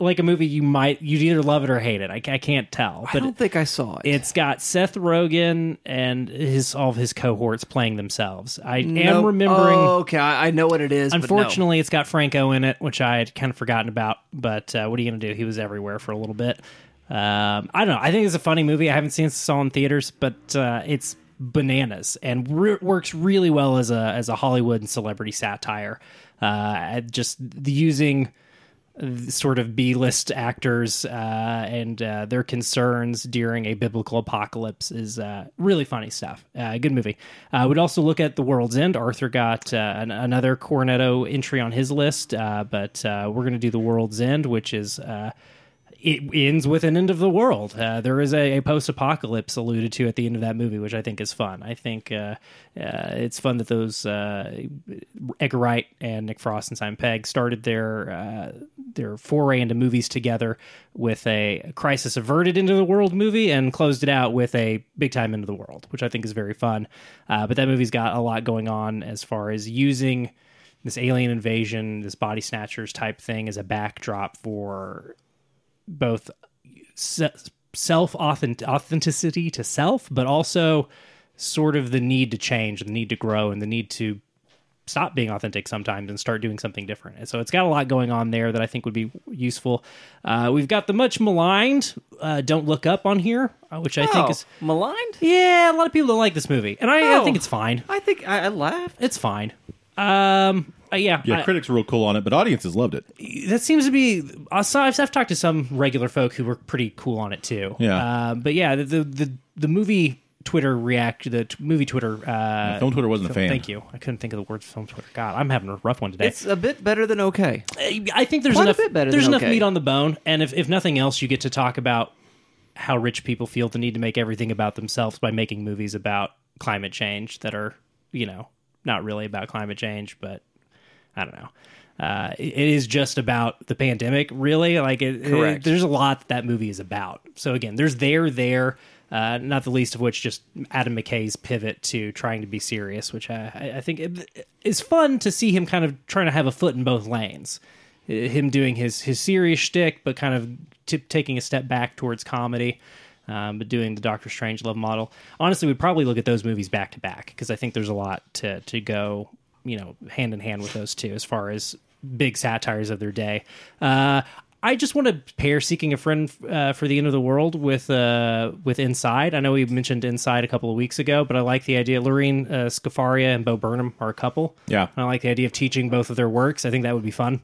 [SPEAKER 1] like a movie you might you'd either love it or hate it. I, I can't tell.
[SPEAKER 2] I
[SPEAKER 1] But
[SPEAKER 2] don't think I saw it.
[SPEAKER 1] it's got Seth Rogen and his all of his cohorts playing themselves. I am
[SPEAKER 2] Nope.
[SPEAKER 1] remembering.
[SPEAKER 2] Oh, okay, I, I know what it is. but no.
[SPEAKER 1] unfortunately, it's got Franco in it, which I had kind of forgotten about. But uh, what are you going to do? He was everywhere for a little bit. Um, I don't know. I think it's a funny movie. I haven't seen it since I saw it in theaters, but uh, it's bananas and re- works really well as a as a Hollywood and celebrity satire. Uh, I just the using sort of B-list actors uh, and uh, their concerns during a biblical apocalypse is uh, really funny stuff. Uh, good movie. Uh, I would also look at The World's End. Arthur got uh, an, another Cornetto entry on his list, uh, but uh, we're going to do The World's End, which is. Uh, it ends with an end of the world. Uh, there is a, a post-apocalypse alluded to at the end of that movie, which I think is fun. I think uh, uh, it's fun that those uh, Edgar Wright and Nick Frost and Simon Pegg started their uh, their foray into movies together with a crisis averted into the world movie and closed it out with a big time into the world, which I think is very fun. Uh, but that movie's got a lot going on as far as using this alien invasion, this body snatchers type thing as a backdrop for both se- self authenticity to self, but also sort of the need to change, the need to grow, and the need to stop being authentic sometimes and start doing something different. And so it's got a lot going on there that I think would be useful. Uh, we've got the much maligned uh, "Don't Look Up" on here, uh, which I think
[SPEAKER 2] Oh,
[SPEAKER 1] is
[SPEAKER 2] maligned.
[SPEAKER 1] yeah, a lot of people don't like this movie, and I, I
[SPEAKER 2] Oh.
[SPEAKER 1] think it's fine.
[SPEAKER 2] I think I, I laughed.
[SPEAKER 1] It's fine. Um, uh, yeah,
[SPEAKER 3] Yeah,
[SPEAKER 1] I-
[SPEAKER 3] critics were real cool on it, but audiences loved it.
[SPEAKER 1] that seems to be. I saw, I've, I've talked to some regular folk who were pretty cool on it too.
[SPEAKER 3] Yeah.
[SPEAKER 1] Uh, but yeah, the, the the the movie Twitter react the t- movie Twitter. Uh,
[SPEAKER 3] Film Twitter wasn't a fan.
[SPEAKER 1] Thank you. I couldn't think of the word film Twitter. God, I'm having a rough one today.
[SPEAKER 2] It's a bit better than okay.
[SPEAKER 1] I think there's
[SPEAKER 2] Quite a
[SPEAKER 1] enough.
[SPEAKER 2] bit better
[SPEAKER 1] there's
[SPEAKER 2] than
[SPEAKER 1] enough
[SPEAKER 2] okay.
[SPEAKER 1] meat on the bone, and if if nothing else, you get to talk about how rich people feel the need to make everything about themselves by making movies about climate change that are you know not really about climate change, but I don't know. Uh, it it is just about the pandemic, really. Like, it, it-
[SPEAKER 2] Correct.
[SPEAKER 1] there's a lot that, that movie is about. So again, there's there, there, uh, not the least of which just Adam McKay's pivot to trying to be serious, which I, I- I think it- is fun to see him kind of trying to have a foot in both lanes. Uh, Him doing his his serious shtick, but kind of t- taking a step back towards comedy. Um, but doing the Doctor Strange love model, honestly, we'd probably look at those movies back to back because I think there's a lot to to go you know hand in hand with those two as far as big satires of their day. Uh, I just want to pair "Seeking a Friend" uh, for the End of the World with uh, with "Inside." I know we mentioned "Inside" a couple of weeks ago, but I like the idea. Lorene uh, Scafaria and Bo Burnham are a couple.
[SPEAKER 3] Yeah.
[SPEAKER 1] I like the idea of teaching both of their works. I think that would be fun.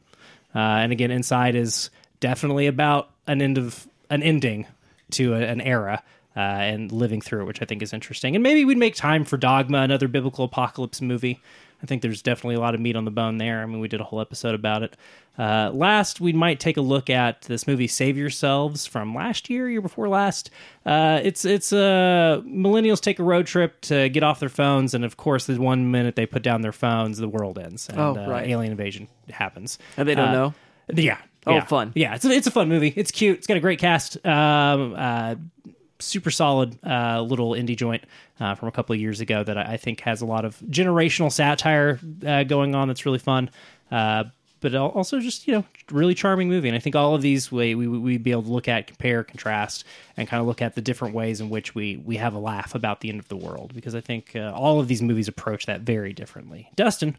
[SPEAKER 1] Uh, and again, Inside is definitely about an end of an ending to a, an era uh, and living through it, which I think is interesting. And maybe we'd make time for Dogma, another biblical apocalypse movie. I think there's definitely a lot of meat on the bone there. I mean, we did a whole episode about it. Uh, last, we might take a look at this movie "Save Yourselves" from last year, year before last. Uh, it's it's uh, millennials take a road trip to get off their phones, and of course, the one minute they put down their phones, the world ends. And,
[SPEAKER 2] Oh,
[SPEAKER 1] uh,
[SPEAKER 2] right.
[SPEAKER 1] alien invasion happens.
[SPEAKER 2] And they don't
[SPEAKER 1] Uh,
[SPEAKER 2] know?
[SPEAKER 1] Yeah.
[SPEAKER 2] Oh,
[SPEAKER 1] yeah.
[SPEAKER 2] fun.
[SPEAKER 1] Yeah, it's a, it's a fun movie. It's cute. It's got a great cast. Um, uh, super solid uh, little indie joint uh, from a couple of years ago that I, I think has a lot of generational satire uh, going on. That's really fun. Uh, but al- also just you know really charming movie, and I think all of these we we we'd be able to look at, compare, contrast, and kind of look at the different ways in which we we have a laugh about the end of the world because I think uh, all of these movies approach that very differently. Dustin,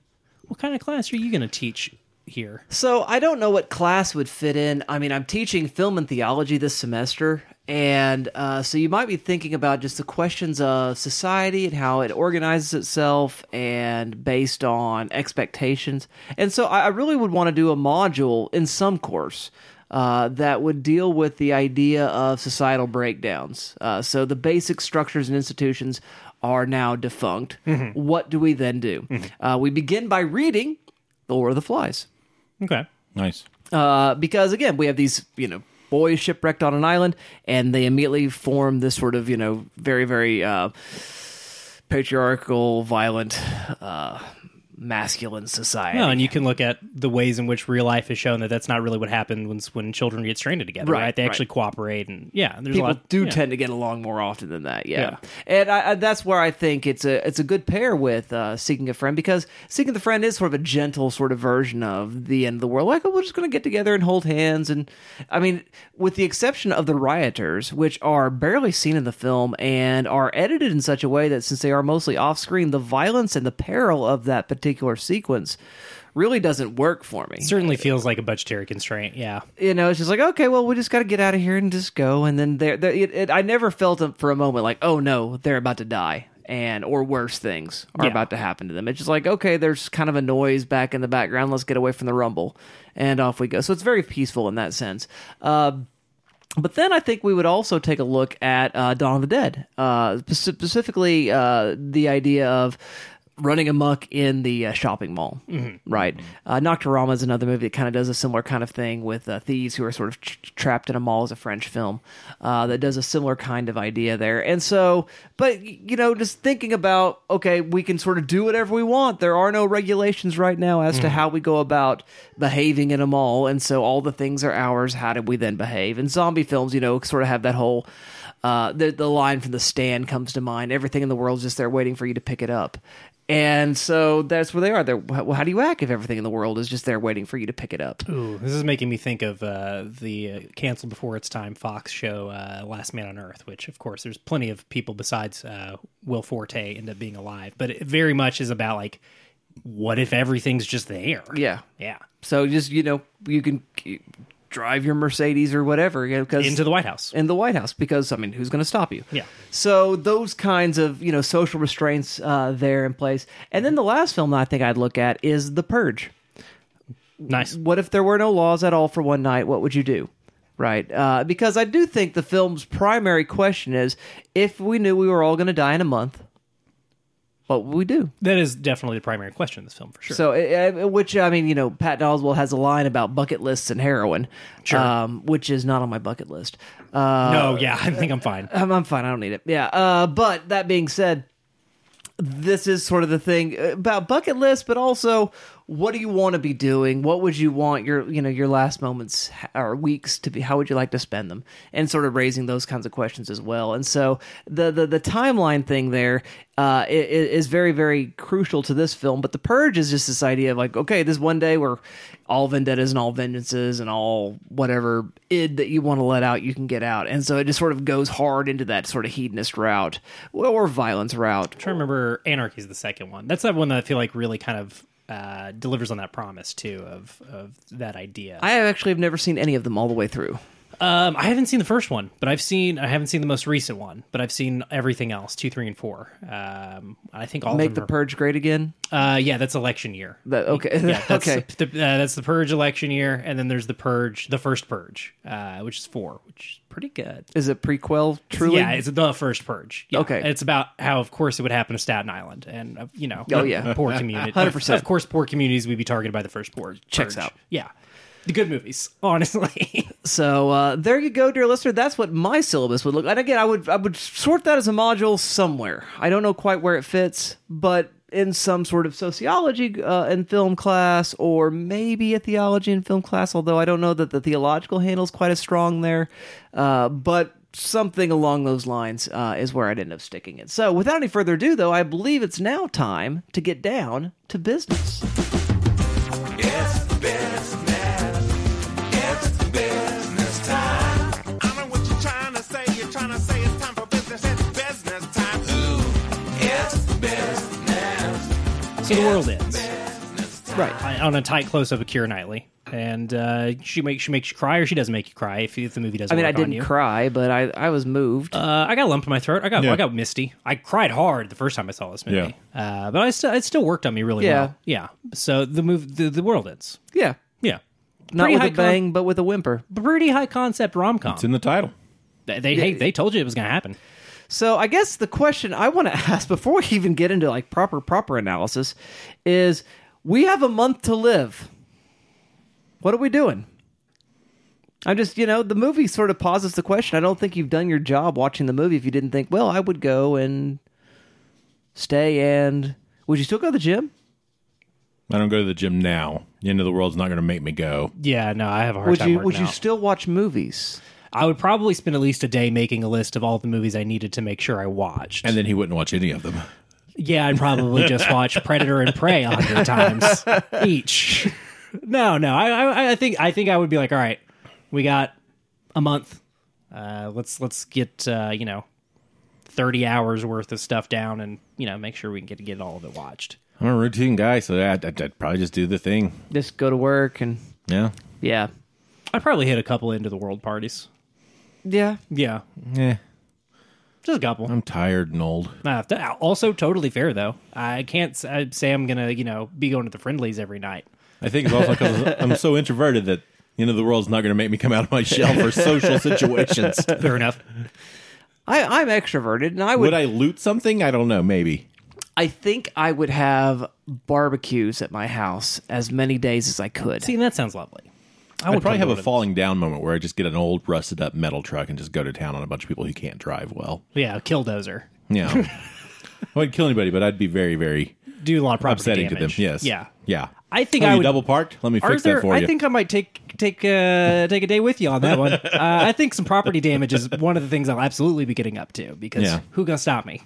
[SPEAKER 1] what kind of class are you going to teach here?
[SPEAKER 2] So I don't know what class would fit in. I mean, I'm teaching film and theology this semester, and uh, so you might be thinking about just the questions of society and how it organizes itself, and based on expectations. And so I, I really would want to do a module in some course uh, that would deal with the idea of societal breakdowns. Uh, so the basic structures and institutions are now defunct. What do we then do? Uh, we begin by reading The War of the Flies
[SPEAKER 1] Okay.
[SPEAKER 3] Nice.
[SPEAKER 2] uh, because again, we have these you know boys shipwrecked on an island, and they immediately form this sort of you know very very uh, patriarchal, violent, uh, masculine society.
[SPEAKER 1] No, and you can look at the ways in which real life has shown that that's not really what happened when when children get stranded together,
[SPEAKER 2] Right,
[SPEAKER 1] right? They
[SPEAKER 2] right.
[SPEAKER 1] actually cooperate, and yeah, there's a
[SPEAKER 2] People
[SPEAKER 1] lot.
[SPEAKER 2] do
[SPEAKER 1] yeah.
[SPEAKER 2] tend to get along more often than that, yeah.
[SPEAKER 1] Yeah.
[SPEAKER 2] And I, I, that's where I think it's a it's a good pair with uh, seeking a friend because seeking the friend is sort of a gentle sort of version of the end of the world. Like oh, we're just going to get together and hold hands, and I mean, with the exception of the rioters, which are barely seen in the film and are edited in such a way that since they are mostly off screen, the violence and the peril of that particular sequence really doesn't work for me
[SPEAKER 1] certainly feels like a budgetary constraint. Yeah,
[SPEAKER 2] you know, it's just like, okay, well, we just got to get out of here and just go. And then there, there it, it, I never felt it for a moment like, oh no, they're about to die, and or worse things are
[SPEAKER 1] Yeah.
[SPEAKER 2] about to happen to them. It's just like, okay, there's kind of a noise back in the background. Let's get away from the rumble, and off we go. So it's very peaceful in that sense. Uh, but then I think we would also take a look at uh, Dawn of the Dead, uh, spe- specifically uh, the idea of running amok in the uh, shopping mall, right? Uh, Nocturama is another movie that kind of does a similar kind of thing with uh, thieves who are sort of tr- trapped in a mall as a French film uh, that does a similar kind of idea there. And so, but y- you know, just thinking about okay, we can sort of do whatever we want. There are no regulations right now as to
[SPEAKER 1] Mm-hmm.
[SPEAKER 2] how we go about behaving in a mall, and so all the things are ours. How do we then behave? And zombie films, you know, sort of have that whole uh, the the line from the stand comes to mind. Everything in the world's just there waiting for you to pick it up. And so that's where they are. They're, wh- how do you act if everything in the world is just there waiting for you to pick it up?
[SPEAKER 1] Ooh, this is making me think of uh, the uh, canceled before its time Fox show uh, Last Man on Earth, which of course there's plenty of people besides uh, Will Forte end up being alive, but it very much is about like, what if everything's just there?
[SPEAKER 2] Yeah.
[SPEAKER 1] yeah,
[SPEAKER 2] So just you know you can k- drive your Mercedes or whatever you know, 'cause-
[SPEAKER 1] into the White House.
[SPEAKER 2] in the White House because I mean, who's going to stop you?
[SPEAKER 1] Yeah.
[SPEAKER 2] So those kinds of you know social restraints uh, there in place, and then the last film that I think I'd look at is The Purge.
[SPEAKER 1] Nice.
[SPEAKER 2] What if there were no laws at all for one night? What would you do? Right, uh, because I do think the film's primary question is: if we knew we were all going to die in a month, what would we do?
[SPEAKER 1] That is definitely the primary question in this film for sure.
[SPEAKER 2] So, uh, uh, which I mean, you know, Patton Oswald has a line about bucket lists and heroin,
[SPEAKER 1] Sure.
[SPEAKER 2] um, which is not on my bucket list. Uh,
[SPEAKER 1] no, yeah, I think I'm fine.
[SPEAKER 2] I'm, I'm fine. I don't need it. Yeah. Uh, but that being said, this is sort of the thing uh, about bucket list, but also what do you want to be doing? What would you want your you know your last moments h- or weeks to be? How would you like to spend them? And sort of raising those kinds of questions as well. And so the the, the timeline thing there uh, i- i- is very very crucial to this film. But the purge is just this idea of like okay, this one day where all vendettas and all vengeances and all whatever id that you want to let out, you can get out. And so it just sort of goes hard into that sort of hedonist route or violence route.
[SPEAKER 1] trying to remember anarchy is the second one that's that one that i feel like really kind of uh, delivers on that promise too of of that idea
[SPEAKER 2] I actually have never seen any of them all the way through.
[SPEAKER 1] um i haven't seen the first one but i've seen i haven't seen the most recent one but i've seen everything else two three and four um i think all
[SPEAKER 2] Make
[SPEAKER 1] of
[SPEAKER 2] the
[SPEAKER 1] them
[SPEAKER 2] purge great again.
[SPEAKER 1] are, uh yeah that's election year
[SPEAKER 2] That okay?
[SPEAKER 1] yeah, that's
[SPEAKER 2] okay.
[SPEAKER 1] the, uh, that's the purge election year and then there's the purge the first purge uh which is four which is pretty good
[SPEAKER 2] Is it prequel? Truly?
[SPEAKER 1] yeah it's the first purge Yeah.
[SPEAKER 2] Okay.
[SPEAKER 1] it's about how of course it would happen to staten island and uh, you know
[SPEAKER 2] Oh, yeah.
[SPEAKER 1] poor community
[SPEAKER 2] 100%.
[SPEAKER 1] of course poor communities would be targeted by the first purge
[SPEAKER 2] Checks
[SPEAKER 1] Purge.
[SPEAKER 2] out.
[SPEAKER 1] yeah the good movies honestly
[SPEAKER 2] So uh, there you go, dear listener. That's what my syllabus would look. And again, I would I would sort that as a module somewhere. I don't know quite where it fits, but in some sort of sociology uh, and film class, or maybe a theology and film class. Although I don't know that the theological handle is quite as strong there, uh, but. Something along those lines uh, is where I'd end up sticking it. So, without any further ado, though, I believe it's now time to get down to business.
[SPEAKER 4] I know what you're trying to say. You're trying to say it's time for business. It's business time. Ooh, it's business.
[SPEAKER 1] so the world ends
[SPEAKER 2] Right.
[SPEAKER 1] I- on a tight close-up of Keira Knightley and uh, she makes she makes you cry or she doesn't make you cry if, if the movie doesn't
[SPEAKER 2] I mean, I
[SPEAKER 1] work on
[SPEAKER 2] didn't
[SPEAKER 1] you.
[SPEAKER 2] cry, but I, I was moved.
[SPEAKER 1] Uh, I got a lump in my throat. I got
[SPEAKER 3] Yeah.
[SPEAKER 1] I got misty. I cried hard the first time I saw this movie. Uh, but I still it still worked on me really
[SPEAKER 2] Yeah.
[SPEAKER 1] well. Yeah. So the move the, the world ends.
[SPEAKER 2] yeah.
[SPEAKER 1] Yeah.
[SPEAKER 2] not
[SPEAKER 1] Pretty
[SPEAKER 2] with
[SPEAKER 1] high
[SPEAKER 2] a
[SPEAKER 1] con-
[SPEAKER 2] bang, but with a whimper.
[SPEAKER 1] Pretty high concept rom com.
[SPEAKER 3] It's in the title.
[SPEAKER 1] they they, hey, they told you it was going to happen.
[SPEAKER 2] So I guess the question I want to ask before we even get into like proper proper analysis is we have a month to live. What are we doing? I'm just, you know, the movie sort of pauses the question. I don't think you've done your job watching the movie if you didn't think, well, I would go and stay and would you still go to the gym?
[SPEAKER 3] I don't go to the gym now. The end of the world's not going to make me go.
[SPEAKER 1] Yeah, no, I have a hard
[SPEAKER 2] Would
[SPEAKER 1] time
[SPEAKER 2] you
[SPEAKER 1] working
[SPEAKER 2] would you
[SPEAKER 1] out.
[SPEAKER 2] still watch movies?
[SPEAKER 1] I would probably spend at least a day making a list of all the movies I needed to make sure I watched.
[SPEAKER 3] And then he wouldn't watch any of them.
[SPEAKER 1] Yeah, I'd probably just watch Predator and Prey a hundred times each. No, no, I, I, I think I think I would be like, all right, we got a month. Uh, let's let's get uh, you know thirty hours worth of stuff down, and you know make sure we can get get all of it watched.
[SPEAKER 3] I'm a routine guy, so I'd, I'd, I'd probably just do the thing.
[SPEAKER 2] Just go to work and
[SPEAKER 3] Yeah.
[SPEAKER 2] yeah.
[SPEAKER 1] I'd probably hit a couple into the world parties.
[SPEAKER 2] Yeah.
[SPEAKER 1] Yeah,
[SPEAKER 3] Yeah. Um,
[SPEAKER 1] just a couple.
[SPEAKER 3] I'm tired and old.
[SPEAKER 1] Uh, th- also, totally fair though. I can't s- I'd say I'm gonna you know be going to the friendlies every night.
[SPEAKER 3] I think it's also because I'm so introverted that the end of the world's not going to make me come out of my shell for social situations.
[SPEAKER 1] Fair enough.
[SPEAKER 2] I, I'm extroverted and I would
[SPEAKER 3] Would I loot something? I don't know. Maybe.
[SPEAKER 2] I think I would have barbecues at my house as many days as I could.
[SPEAKER 1] See, that sounds lovely. I
[SPEAKER 3] I
[SPEAKER 1] would
[SPEAKER 3] would probably
[SPEAKER 1] come to
[SPEAKER 3] have a
[SPEAKER 1] one of
[SPEAKER 3] falling down moment where I just get an old rusted up metal truck and just go to town on a bunch of people who can't drive well.
[SPEAKER 1] those. Yeah, killdozer.
[SPEAKER 3] Yeah. I wouldn't kill anybody, but I'd be very, very
[SPEAKER 1] do a lot of property
[SPEAKER 3] upsetting
[SPEAKER 1] damage.
[SPEAKER 3] to them. Yes.
[SPEAKER 1] Yeah.
[SPEAKER 3] Yeah.
[SPEAKER 1] I think
[SPEAKER 3] Oh,
[SPEAKER 1] I
[SPEAKER 3] you
[SPEAKER 1] would.
[SPEAKER 3] double parked. Let me fix
[SPEAKER 1] Arthur,
[SPEAKER 3] that for you.
[SPEAKER 1] I think I might take take uh, take a day with you on that one. Uh, I think some property damage is one of the things I'll absolutely be getting up to because
[SPEAKER 3] Yeah.
[SPEAKER 1] who gonna stop me?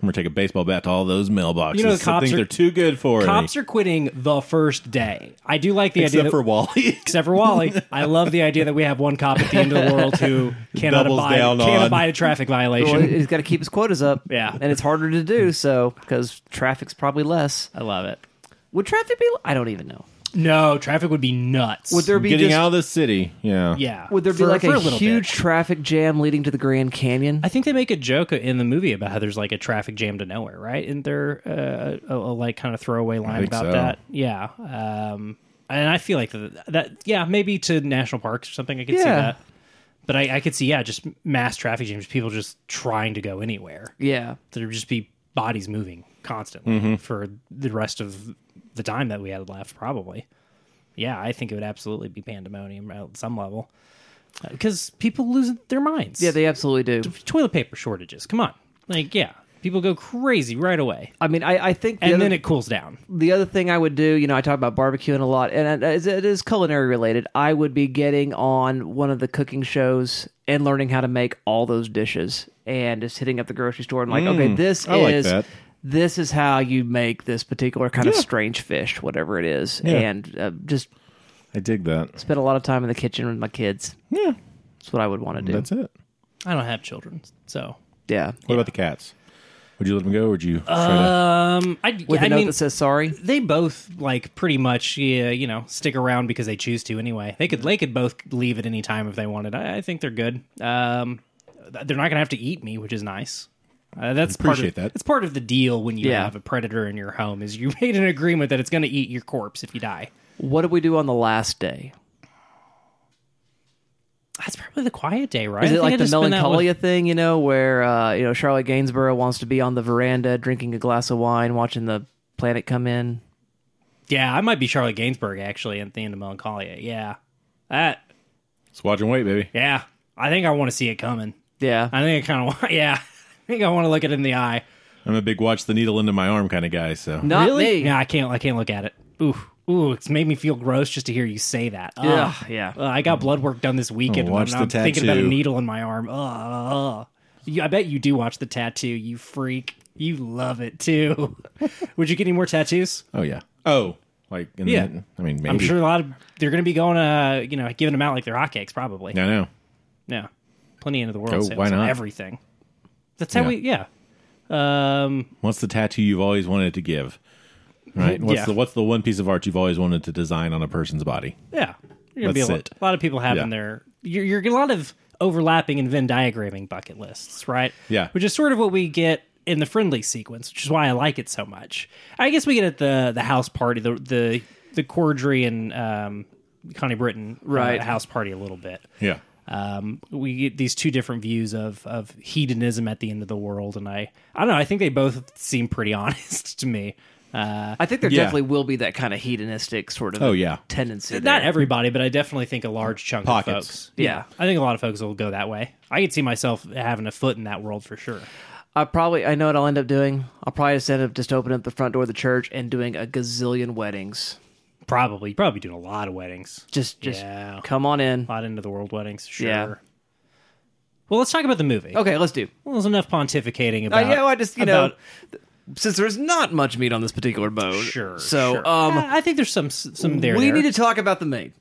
[SPEAKER 3] I'm gonna take a baseball bat to all those mailboxes.
[SPEAKER 1] You know, the
[SPEAKER 3] I
[SPEAKER 1] cops
[SPEAKER 3] think
[SPEAKER 1] are-
[SPEAKER 3] they're too good for
[SPEAKER 1] Cops
[SPEAKER 3] me.
[SPEAKER 1] are quitting the first day. I do like the
[SPEAKER 3] except
[SPEAKER 1] idea,
[SPEAKER 3] for
[SPEAKER 1] that,
[SPEAKER 3] Wally.
[SPEAKER 1] except for Wally. I love the idea that we have one cop at the end of the world who cannot
[SPEAKER 3] Doubles
[SPEAKER 1] abide
[SPEAKER 3] down
[SPEAKER 1] cannot
[SPEAKER 3] on-
[SPEAKER 1] abide a traffic
[SPEAKER 2] Well,
[SPEAKER 1] violation.
[SPEAKER 2] he's got to keep his quotas up.
[SPEAKER 1] Yeah.
[SPEAKER 2] And it's harder to do so because traffic's probably less.
[SPEAKER 1] I love it.
[SPEAKER 2] Would traffic be? I don't even know.
[SPEAKER 1] No, traffic would be nuts.
[SPEAKER 2] Would there be
[SPEAKER 3] Getting
[SPEAKER 2] just,
[SPEAKER 3] out of the city. Yeah.
[SPEAKER 1] yeah.
[SPEAKER 2] Would there be
[SPEAKER 1] For-
[SPEAKER 2] like
[SPEAKER 1] for
[SPEAKER 2] a,
[SPEAKER 1] little
[SPEAKER 2] huge
[SPEAKER 1] bit.
[SPEAKER 2] traffic jam leading to the Grand Canyon?
[SPEAKER 1] I think they make a joke in the movie about how there's like a traffic jam to nowhere, right? Isn't there uh, a, a like kind of throwaway line
[SPEAKER 3] think
[SPEAKER 1] about
[SPEAKER 3] so.
[SPEAKER 1] that? Yeah. Um, and I feel like that, that, yeah, maybe to national parks or something. I could see
[SPEAKER 2] Yeah.
[SPEAKER 1] that. But I, I could see, yeah, just mass traffic jams, people just trying to go anywhere.
[SPEAKER 2] yeah.
[SPEAKER 1] There'd just be bodies moving constantly
[SPEAKER 2] Mm-hmm.
[SPEAKER 1] for the rest of the time that we had left, probably. Yeah, I think it would absolutely be pandemonium at some level because people lose their minds
[SPEAKER 2] Yeah, they absolutely do.
[SPEAKER 1] toilet paper shortages. Come on, like yeah, people go crazy right away,
[SPEAKER 2] I mean, I, I think the,
[SPEAKER 1] and
[SPEAKER 2] other,
[SPEAKER 1] then it cools down.
[SPEAKER 2] the other thing I would do, you know, I talk about barbecuing a lot, and it is- it is culinary related. I would be getting on one of the cooking shows and learning how to make all those dishes, and just hitting up the grocery store and like, okay, this
[SPEAKER 3] Mm, I like
[SPEAKER 2] is
[SPEAKER 3] that.
[SPEAKER 2] this is how you make this particular kind of strange fish, whatever it is, and uh, just
[SPEAKER 3] I dig that.
[SPEAKER 2] spend a lot of time in the kitchen with my kids.
[SPEAKER 3] Yeah.
[SPEAKER 2] That's what I would want to do.
[SPEAKER 3] That's it.
[SPEAKER 1] I don't have children, so
[SPEAKER 2] Yeah,
[SPEAKER 3] What about the cats? Would you let them go? Or would you? Try
[SPEAKER 1] um, I,
[SPEAKER 2] with
[SPEAKER 1] yeah,
[SPEAKER 2] a
[SPEAKER 1] I
[SPEAKER 2] note
[SPEAKER 1] mean,
[SPEAKER 2] that says sorry.
[SPEAKER 1] they both like pretty much yeah, you know stick around because they choose to anyway. They could they could both leave at any time if they wanted. I, I think they're good. Um, th- they're not gonna have to eat me, which is nice. Uh, that's
[SPEAKER 3] Appreciate
[SPEAKER 1] part of,
[SPEAKER 3] that.
[SPEAKER 1] It's part of the deal when you
[SPEAKER 2] Yeah.
[SPEAKER 1] have a predator in your home is you made an agreement that it's going to eat your corpse if you die.
[SPEAKER 2] What did we do on the last day?
[SPEAKER 1] That's probably the quiet day, right?
[SPEAKER 2] Is
[SPEAKER 1] I
[SPEAKER 2] it
[SPEAKER 1] think I
[SPEAKER 2] like the
[SPEAKER 1] just spend that one-
[SPEAKER 2] melancholia thing, you know, where uh, you know Charlotte Gainsborough wants to be on the veranda drinking a glass of wine, watching the planet come in?
[SPEAKER 1] Yeah, I might be Charlotte Gainsbourg actually in the end of Melancholia. Yeah, that.
[SPEAKER 3] Just watch and wait, baby.
[SPEAKER 1] Yeah, I think I want to see it coming.
[SPEAKER 2] Yeah,
[SPEAKER 1] I think I kind of want. Yeah, I think I want to look it in the eye.
[SPEAKER 3] I'm a big watch the needle into my arm kind of guy. So
[SPEAKER 2] not
[SPEAKER 1] really?
[SPEAKER 2] me.
[SPEAKER 1] No, I can't. I can't look at it. Ooh, ooh, it's made me feel gross just to hear you say that. Ugh.
[SPEAKER 2] Yeah, yeah.
[SPEAKER 1] Ugh, I got blood work done this weekend.
[SPEAKER 3] Oh, Mm.
[SPEAKER 1] and
[SPEAKER 3] watch the
[SPEAKER 1] I'm, I'm thinking about a
[SPEAKER 3] tattoo.
[SPEAKER 1] needle in my arm. Ugh. You, I bet you do watch the tattoo. You freak. You love it too. Would you get any more tattoos?
[SPEAKER 3] Oh yeah. Oh, like in
[SPEAKER 1] Yeah.
[SPEAKER 3] The, I mean, maybe.
[SPEAKER 1] I'm sure a lot of they're going to be going. Uh, you know, giving them out like they're hotcakes probably.
[SPEAKER 3] I know.
[SPEAKER 1] Yeah. Plenty into the world
[SPEAKER 3] Oh,
[SPEAKER 1] sales.
[SPEAKER 3] why not?
[SPEAKER 1] Everything. That's how
[SPEAKER 3] Yeah.
[SPEAKER 1] we yeah. Um
[SPEAKER 3] What's the tattoo you've always wanted to give? Right. What's
[SPEAKER 1] Yeah.
[SPEAKER 3] the What's the one piece of art you've always wanted to design on a person's body?
[SPEAKER 1] yeah. You're gonna be a,
[SPEAKER 3] That's
[SPEAKER 1] lo-
[SPEAKER 3] it.
[SPEAKER 1] a lot of people having
[SPEAKER 3] Yeah.
[SPEAKER 1] their you're, you're a lot of overlapping and Venn diagramming bucket lists, right?
[SPEAKER 3] Yeah.
[SPEAKER 1] Which is sort of what we get in the friendly sequence, which is why I like it so much. I guess we get at the the house party, the the the Cordry and um Connie Britton uh,
[SPEAKER 2] Right.
[SPEAKER 1] house party a little bit.
[SPEAKER 3] Yeah.
[SPEAKER 1] Um, we get these two different views of of hedonism at the end of the world, and I I don't know. I think they both seem pretty honest to me. Uh,
[SPEAKER 2] I think there
[SPEAKER 3] Yeah.
[SPEAKER 2] definitely will be that kind of hedonistic sort of
[SPEAKER 3] Oh, yeah.
[SPEAKER 2] tendency.
[SPEAKER 1] not
[SPEAKER 2] there.
[SPEAKER 1] everybody, but I definitely think a large chunk of
[SPEAKER 3] Pockets.
[SPEAKER 1] folks.
[SPEAKER 2] Yeah.
[SPEAKER 1] I think a lot of folks will go that way. I could see myself having a foot in that world for sure.
[SPEAKER 2] I probably I know what I'll end up doing. I'll probably just end up just opening up the front door of the church and doing a gazillion weddings.
[SPEAKER 1] Probably, probably doing a lot of weddings,
[SPEAKER 2] Just just
[SPEAKER 1] Yeah.
[SPEAKER 2] come on in.
[SPEAKER 1] a lot into the world weddings. Sure.
[SPEAKER 2] Yeah.
[SPEAKER 1] Well, let's talk about the movie.
[SPEAKER 2] Okay, let's do.
[SPEAKER 1] Well, there's enough pontificating
[SPEAKER 2] Uh,
[SPEAKER 1] about.
[SPEAKER 2] yeah, well, I just you
[SPEAKER 1] about-
[SPEAKER 2] know since there's not much meat on this particular bone.
[SPEAKER 1] Sure.
[SPEAKER 2] So
[SPEAKER 1] sure.
[SPEAKER 2] um
[SPEAKER 1] I I think there's some some there.
[SPEAKER 2] we
[SPEAKER 1] there.
[SPEAKER 2] need to talk about the maid.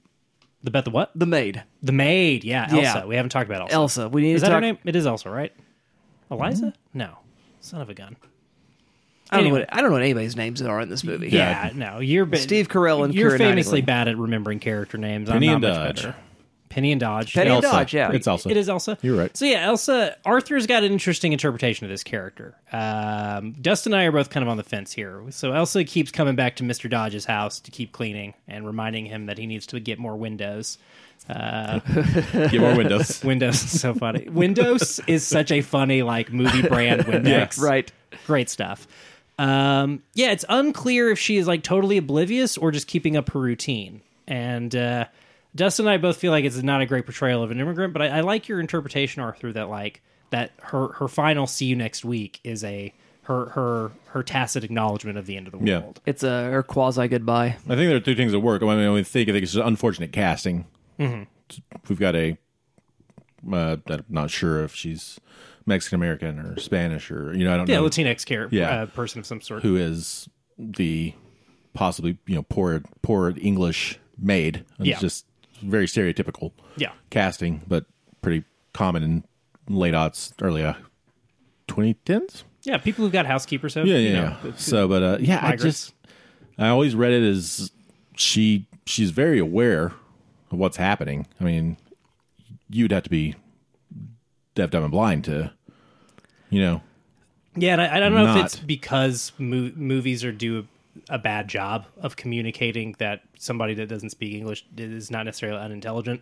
[SPEAKER 1] about the what?
[SPEAKER 2] The maid.
[SPEAKER 1] The maid. Yeah, Elsa.
[SPEAKER 2] Yeah.
[SPEAKER 1] We haven't talked about Elsa.
[SPEAKER 2] Elsa. We Mm-hmm. need
[SPEAKER 1] Is
[SPEAKER 2] to
[SPEAKER 1] that
[SPEAKER 2] talk
[SPEAKER 1] her name? It is Elsa, right? Eliza? No. Son of a gun.
[SPEAKER 2] I don't
[SPEAKER 1] Anyway.
[SPEAKER 2] know what I don't know what anybody's names are in this movie.
[SPEAKER 1] Yeah, no. You're ba-
[SPEAKER 2] Steve Carell and
[SPEAKER 1] You're
[SPEAKER 2] Keira
[SPEAKER 1] famously
[SPEAKER 2] Knightley.
[SPEAKER 1] bad at remembering character names.
[SPEAKER 3] Penny
[SPEAKER 1] I'm
[SPEAKER 3] and
[SPEAKER 1] not much
[SPEAKER 3] Dodge.
[SPEAKER 1] better. Penny and Dodge.
[SPEAKER 2] Penny and
[SPEAKER 3] Elsa.
[SPEAKER 2] Dodge, yeah.
[SPEAKER 3] It's Elsa.
[SPEAKER 1] It is Elsa.
[SPEAKER 3] You're right.
[SPEAKER 1] So yeah, Elsa. Arthur's got an interesting interpretation of this character. Um, Dust and I are both kind of on the fence here. So Elsa keeps coming back to Mister Dodge's house to keep cleaning and reminding him that he needs to get more windows.
[SPEAKER 3] Get more windows.
[SPEAKER 1] Windows is so funny. Windows is such a funny like movie brand. Windex,
[SPEAKER 2] Right.
[SPEAKER 1] Great stuff. Um, yeah, it's unclear if she is like totally oblivious or just keeping up her routine. And uh, Dustin and I both feel like it's not a great portrayal of an immigrant, but I, I like your interpretation, Arthur, that like that her her final "see you next week" is a her her her tacit acknowledgement of the end of the
[SPEAKER 3] Yeah.
[SPEAKER 1] world.
[SPEAKER 2] It's a her quasi goodbye.
[SPEAKER 3] I think there are two things that work. I mean, I think I think it's just unfortunate casting.
[SPEAKER 1] Mm-hmm.
[SPEAKER 3] We've got a. Uh, I'm not sure if she's Mexican American or Spanish or you know I don't
[SPEAKER 1] Yeah,
[SPEAKER 3] know
[SPEAKER 1] Latinx character,
[SPEAKER 3] Um, Yeah.
[SPEAKER 1] uh, person of some sort.
[SPEAKER 3] who is the possibly you know poor poor English maid. It's
[SPEAKER 1] Yeah.
[SPEAKER 3] just very stereotypical.
[SPEAKER 1] Yeah.
[SPEAKER 3] casting, but pretty common in late aughts, early uh, 2010s.
[SPEAKER 1] Yeah, people who've got housekeepers. So,
[SPEAKER 3] Yeah,
[SPEAKER 1] you
[SPEAKER 3] yeah.
[SPEAKER 1] know,
[SPEAKER 3] yeah. So, but uh, yeah, I
[SPEAKER 1] migrants.
[SPEAKER 3] just I always read it as she she's very aware of what's happening. I mean, you'd have to be deaf, dumb, and blind to, you know,
[SPEAKER 1] Yeah, and I, I don't know if
[SPEAKER 3] Not.
[SPEAKER 1] it's because mo- movies are do a, a bad job of communicating that somebody that doesn't speak English is not necessarily unintelligent.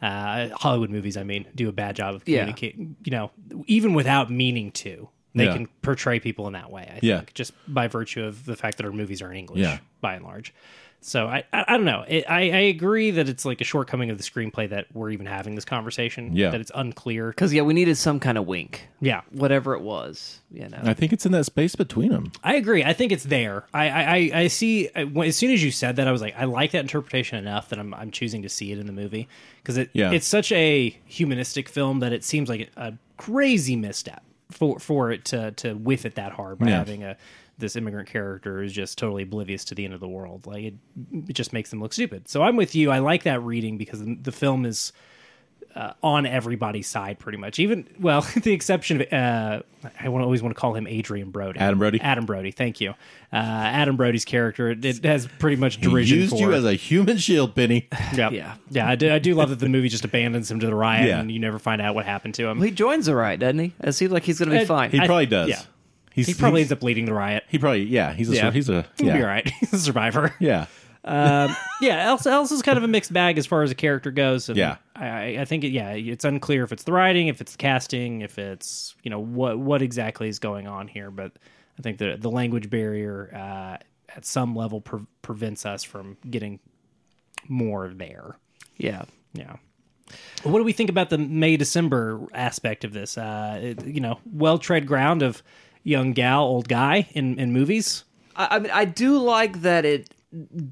[SPEAKER 1] Uh, Hollywood movies, I mean, do a bad job of
[SPEAKER 2] Yeah.
[SPEAKER 1] communicating. You know, even without meaning to, they
[SPEAKER 3] Yeah.
[SPEAKER 1] can portray people in that way. I
[SPEAKER 3] Yeah.
[SPEAKER 1] think just by virtue of the fact that our movies are in English,
[SPEAKER 3] Yeah.
[SPEAKER 1] by and large. So I, I, I don't know. It, I, I agree that it's like a shortcoming of the screenplay that we're even having this conversation.
[SPEAKER 3] Yeah.
[SPEAKER 1] that it's unclear.
[SPEAKER 2] Because yeah, we needed some kind of wink.
[SPEAKER 1] Yeah,
[SPEAKER 2] Whatever it was, you know.
[SPEAKER 3] I think it's in that space between them.
[SPEAKER 1] I agree. I think it's there. I I, I- I see. I, when- as soon as you said that, I was like, I like that interpretation enough that I'm I'm choosing to see it in the movie because it
[SPEAKER 3] Yeah.
[SPEAKER 1] it's such a humanistic film that it seems like a crazy misstep for for it to to whiff it that hard by
[SPEAKER 3] Yeah.
[SPEAKER 1] having a this immigrant character who's just totally oblivious to the end of the world. Like it, it just makes them look stupid. So I'm with you. I like that reading because the film is on everybody's side pretty much. Even well, the exception of uh, I want always want to call him Adrian Brody.
[SPEAKER 3] Adam Brody?
[SPEAKER 1] Adam Brody. Thank you. Uh, Adam Brody's character it, it has pretty much derision
[SPEAKER 3] Used
[SPEAKER 1] for.
[SPEAKER 3] you as a human shield, Penny.
[SPEAKER 1] yep.
[SPEAKER 2] Yeah.
[SPEAKER 1] yeah, I do. I do love that the movie just abandons him to the riot,
[SPEAKER 3] Yeah.
[SPEAKER 1] and you never find out what happened to him.
[SPEAKER 2] He joins the riot, doesn't he? It seems like he's going to be
[SPEAKER 1] Uh,
[SPEAKER 2] fine.
[SPEAKER 3] He
[SPEAKER 1] I-
[SPEAKER 3] probably does.
[SPEAKER 1] yeah.
[SPEAKER 3] He's,
[SPEAKER 1] He probably ends up leading the riot.
[SPEAKER 3] he probably yeah he's a
[SPEAKER 1] Yeah.
[SPEAKER 3] he's a
[SPEAKER 1] He'll
[SPEAKER 3] yeah
[SPEAKER 1] be all right. He's a survivor.
[SPEAKER 3] yeah
[SPEAKER 1] yeah, Elsa, Elsa's kind of a mixed bag as far as a character goes. And
[SPEAKER 3] Yeah.
[SPEAKER 1] I- I, I think it, yeah, it's unclear if it's the writing, if it's the casting, if it's you know what what exactly is going on here. But I think the the language barrier uh, at some level pre- prevents us from getting more there.
[SPEAKER 2] yeah.
[SPEAKER 1] Yeah. What do we think about the May December aspect of this? Uh, it- you know, well tread ground of young gal, old guy in in movies.
[SPEAKER 2] I, I mean, I do like that it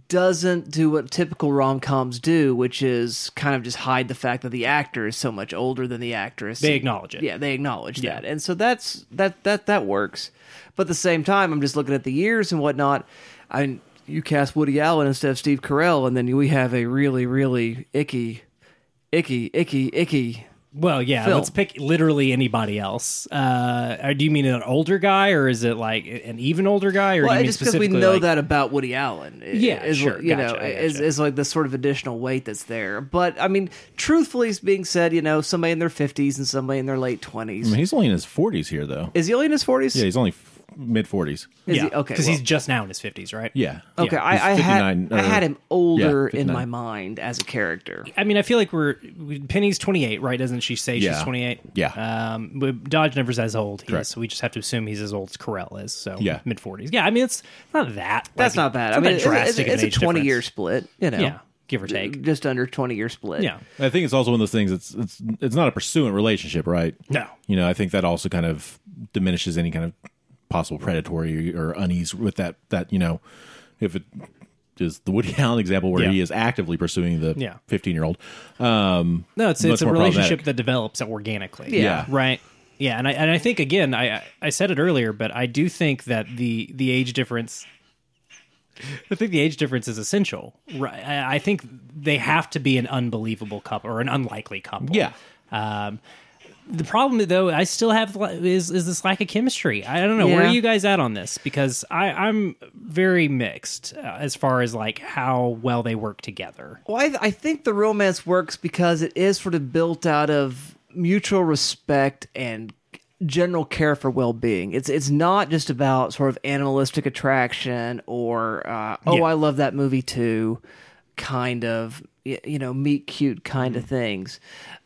[SPEAKER 2] doesn't do what typical rom coms do, which is kind of just hide the fact that the actor is so much older than the actress.
[SPEAKER 1] They acknowledge it.
[SPEAKER 2] Yeah, they acknowledge
[SPEAKER 1] Yeah.
[SPEAKER 2] that, and so that's that that that works. But at the same time, I'm just looking at the years and whatnot. I mean, you cast Woody Allen instead of Steve Carell, and then we have a really really icky, icky, icky, icky.
[SPEAKER 1] Well, yeah,
[SPEAKER 2] film.
[SPEAKER 1] let's pick literally anybody else. Uh, or do you mean an older guy, or is it like an even older guy, or do
[SPEAKER 2] Well,
[SPEAKER 1] you mean
[SPEAKER 2] just because we
[SPEAKER 1] specifically,
[SPEAKER 2] know
[SPEAKER 1] like-
[SPEAKER 2] that about Woody Allen, i-
[SPEAKER 1] Yeah,
[SPEAKER 2] is,
[SPEAKER 1] sure.
[SPEAKER 2] you know,
[SPEAKER 1] Gotcha, I
[SPEAKER 2] is,
[SPEAKER 1] gotcha.
[SPEAKER 2] is like the sort of additional weight that's there. But I mean, truthfully being said, you know,
[SPEAKER 1] Mm-hmm.
[SPEAKER 2] somebody in their fifties and somebody in their late twenties.
[SPEAKER 3] I mean, he's only in his 40s here though
[SPEAKER 2] Is he only in his forties?
[SPEAKER 3] yeah he's only f- mid forties.
[SPEAKER 2] Is
[SPEAKER 1] yeah,
[SPEAKER 2] he- okay,
[SPEAKER 1] because
[SPEAKER 2] well-
[SPEAKER 1] he's just now in his fifties, right?
[SPEAKER 3] Yeah.
[SPEAKER 2] Okay,
[SPEAKER 1] Yeah,
[SPEAKER 2] I, I
[SPEAKER 3] he's
[SPEAKER 2] had
[SPEAKER 3] 59,
[SPEAKER 2] I
[SPEAKER 3] or-
[SPEAKER 2] had him older
[SPEAKER 3] yeah,
[SPEAKER 2] in
[SPEAKER 3] 59.
[SPEAKER 2] my mind as a character.
[SPEAKER 1] I mean, I feel like we're we- Penny's 28, right? Doesn't she say she's
[SPEAKER 3] Yeah.
[SPEAKER 1] 28?
[SPEAKER 3] Yeah.
[SPEAKER 1] Um, but Dodge never says how old he
[SPEAKER 3] Correct.
[SPEAKER 1] is, so we just have to assume he's as old as Corell is. So
[SPEAKER 3] Yeah.
[SPEAKER 1] mid 40s. Yeah, I mean, it's not that.
[SPEAKER 2] That's
[SPEAKER 1] like,
[SPEAKER 2] not bad.
[SPEAKER 1] it's
[SPEAKER 2] I mean,
[SPEAKER 1] that
[SPEAKER 2] it's, it's,
[SPEAKER 1] drastic of
[SPEAKER 2] it's
[SPEAKER 1] an
[SPEAKER 2] a
[SPEAKER 1] age
[SPEAKER 2] twenty
[SPEAKER 1] difference.
[SPEAKER 2] year split. You know,
[SPEAKER 1] Yeah, give or take.
[SPEAKER 2] just under twenty year split.
[SPEAKER 1] Yeah.
[SPEAKER 3] I think it's also one of those things. It's it's it's not a pursuant relationship, right?
[SPEAKER 1] No.
[SPEAKER 3] You know, I think that also kind of diminishes any kind of possible predatory or unease with that. That you know, if it is the Woody Allen example where
[SPEAKER 1] Yeah.
[SPEAKER 3] he is actively pursuing
[SPEAKER 1] Yeah.
[SPEAKER 3] the fifteen year old. Um,
[SPEAKER 1] No, it's
[SPEAKER 3] Much
[SPEAKER 1] it's a
[SPEAKER 3] more
[SPEAKER 1] relationship
[SPEAKER 3] problematic.
[SPEAKER 1] that develops organically.
[SPEAKER 3] Yeah.
[SPEAKER 1] Right. Yeah, and I and I think again, I I- I said it earlier, but I do think that the the age difference I think the age difference is essential. Right. I I think they have to be an unbelievable couple or an unlikely couple.
[SPEAKER 3] Yeah.
[SPEAKER 1] Um the problem though I still have li- is is this lack of chemistry. I don't know where
[SPEAKER 2] Yeah.
[SPEAKER 1] are you guys at on this because I I'm very mixed uh, as far as like how well they work together.
[SPEAKER 2] Well, I, I think the romance works because it is sort of built out of mutual respect and general care for well being. It's it's not just about sort of animalistic attraction or uh, oh
[SPEAKER 1] Yeah.
[SPEAKER 2] I love that movie too, kind of y- you know meet cute kind of things.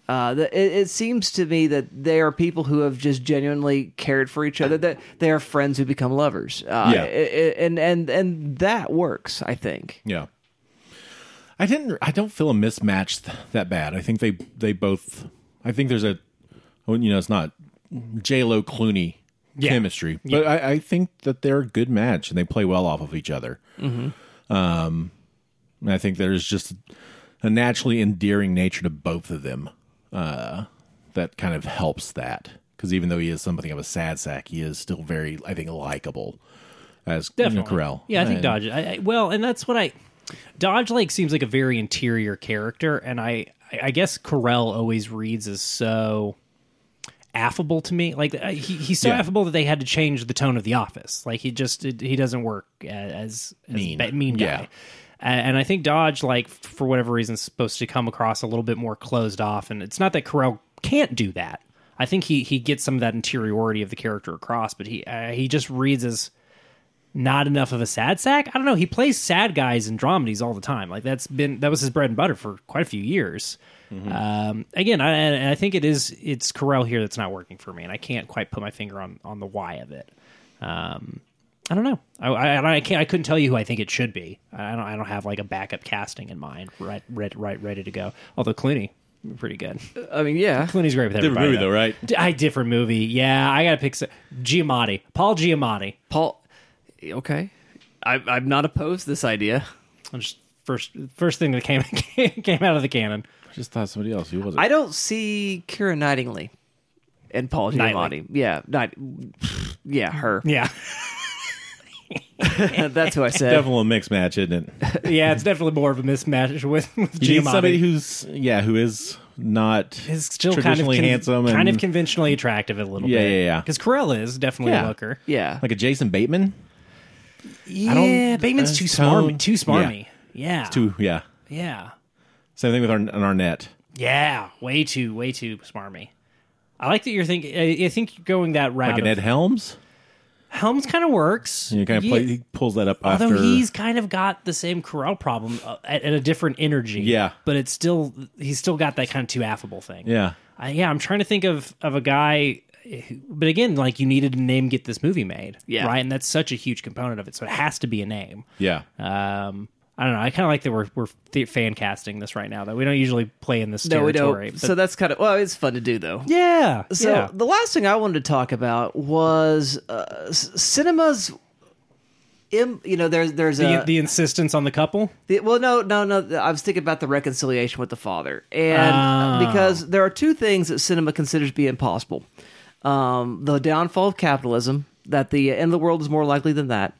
[SPEAKER 2] Uh, the, it, it seems to me that they are people who have just genuinely cared for each other. That they are friends who become lovers. Uh,
[SPEAKER 3] Yeah.
[SPEAKER 2] i- i- and and and that works. I think.
[SPEAKER 3] Yeah. I didn't. I don't feel a mismatch th- that bad. I think they they both. I think there's a. oh, You know, it's not J Lo Clooney
[SPEAKER 1] Yeah.
[SPEAKER 3] chemistry, but I, I think that they're a good match and they play well off of each other. Um,
[SPEAKER 1] Mm-hmm.
[SPEAKER 3] and I think there's just a naturally endearing nature to both of them. Uh, that kind of helps that because even though he is something of a sad sack, he is still very, I think, likable as you know,
[SPEAKER 1] Definitely.
[SPEAKER 3] Carell.
[SPEAKER 1] Yeah, I think
[SPEAKER 3] And-
[SPEAKER 1] Dodge. I, I, well, and that's what I. Dodge like seems like a very interior character, and I I I guess Carell always reads as so affable to me. Like I- he, he's so
[SPEAKER 3] Yeah.
[SPEAKER 1] affable that they had to change the tone of The Office. Like he just it, he doesn't work a- as, as
[SPEAKER 3] Mean.
[SPEAKER 1] ba- mean guy.
[SPEAKER 3] Yeah.
[SPEAKER 1] A- And I think Dodge, like f- for whatever reason, is supposed to come across a little bit more closed off. And it's not that Carell can't do that. I think he he gets some of that interiority of the character across, but he uh, he just reads as not enough of a sad sack. I don't know. He plays sad guys in dramedies all the time. Like that's been that was his bread and butter for quite a few years.
[SPEAKER 3] Mm-hmm.
[SPEAKER 1] Um, again, I, and I think it is it's Carell here that's not working for me, and I can't quite put my finger on on the why of it. Um, I don't know. I, I, and I can't. I couldn't tell you who I think it should be. I don't. I don't have like a backup casting in mind. Right, right, right, ready to go. Although Clooney, pretty good.
[SPEAKER 2] I mean, yeah.
[SPEAKER 1] Clooney's great with everybody.
[SPEAKER 3] movie, though, right?
[SPEAKER 1] D- I different movie. Yeah, I gotta pick s- Giamatti. Paul Giamatti.
[SPEAKER 2] Paul, okay, I, I'm not opposed to this idea.
[SPEAKER 1] I'm just first first thing that came came out of the cannon.
[SPEAKER 3] I just thought somebody else. Who was it?
[SPEAKER 2] I don't see Kira Knightley and Paul
[SPEAKER 1] Knightley.
[SPEAKER 2] Giamatti. Yeah, not, yeah, her.
[SPEAKER 1] Yeah,
[SPEAKER 2] That's who I said.
[SPEAKER 3] Definitely a mixed match, isn't it?
[SPEAKER 1] yeah, it's definitely more of a mismatch with, with
[SPEAKER 3] You need somebody
[SPEAKER 1] Giamatti.
[SPEAKER 3] who's yeah, who is not
[SPEAKER 1] Is still kind of
[SPEAKER 3] traditionally
[SPEAKER 1] con-
[SPEAKER 3] handsome and
[SPEAKER 1] kind of conventionally attractive a little
[SPEAKER 3] Yeah,
[SPEAKER 1] bit.
[SPEAKER 3] yeah, yeah.
[SPEAKER 1] Because Carell is definitely a
[SPEAKER 3] Yeah.
[SPEAKER 1] looker.
[SPEAKER 2] Yeah,
[SPEAKER 3] like a Jason Bateman.
[SPEAKER 1] Yeah,
[SPEAKER 3] don't-
[SPEAKER 1] Bateman's
[SPEAKER 3] that's
[SPEAKER 1] too
[SPEAKER 3] tone.
[SPEAKER 1] smarmy. Too smarmy. Yeah.
[SPEAKER 3] Too yeah.
[SPEAKER 1] yeah.
[SPEAKER 3] Same thing with Arn- an Arnett.
[SPEAKER 1] Yeah. Way too. Way too smarmy. I like that you're thinking. I I think you're going that route.
[SPEAKER 3] Like an
[SPEAKER 1] of-
[SPEAKER 3] Ed Helms.
[SPEAKER 1] Helms kind of works.
[SPEAKER 3] You know, kind of
[SPEAKER 1] Yeah.
[SPEAKER 3] play, he pulls that up
[SPEAKER 1] Although
[SPEAKER 3] after
[SPEAKER 1] he's kind of got the same Corel problem uh, at, at a different energy.
[SPEAKER 3] Yeah.
[SPEAKER 1] But it's still he's still got that kind of too affable thing.
[SPEAKER 3] yeah.
[SPEAKER 1] I, yeah, I'm trying to think of of a guy who- but again, like you needed a name to get this movie made.
[SPEAKER 2] Yeah.
[SPEAKER 1] Right. And that's such a huge component of it. So it has to be a name.
[SPEAKER 3] Yeah.
[SPEAKER 1] Um I don't know. I kind of like that we're we're th- fan casting this right now. That we don't usually play in this
[SPEAKER 2] no, we
[SPEAKER 1] territory.
[SPEAKER 2] don't.
[SPEAKER 1] but-
[SPEAKER 2] So that's kind of well, it's fun to do though.
[SPEAKER 1] yeah.
[SPEAKER 2] So
[SPEAKER 1] yeah.
[SPEAKER 2] the last thing I wanted to talk about was uh, s- cinemas. Im, you know, there's there's
[SPEAKER 1] the,
[SPEAKER 3] Uh,
[SPEAKER 2] a
[SPEAKER 1] the insistence on the couple.
[SPEAKER 2] The, well, no, no, no. I was thinking about the reconciliation with the father, and
[SPEAKER 1] Oh.
[SPEAKER 2] because there are two things that cinema considers to be impossible: um, the downfall of capitalism, that the end of the world is more likely than that,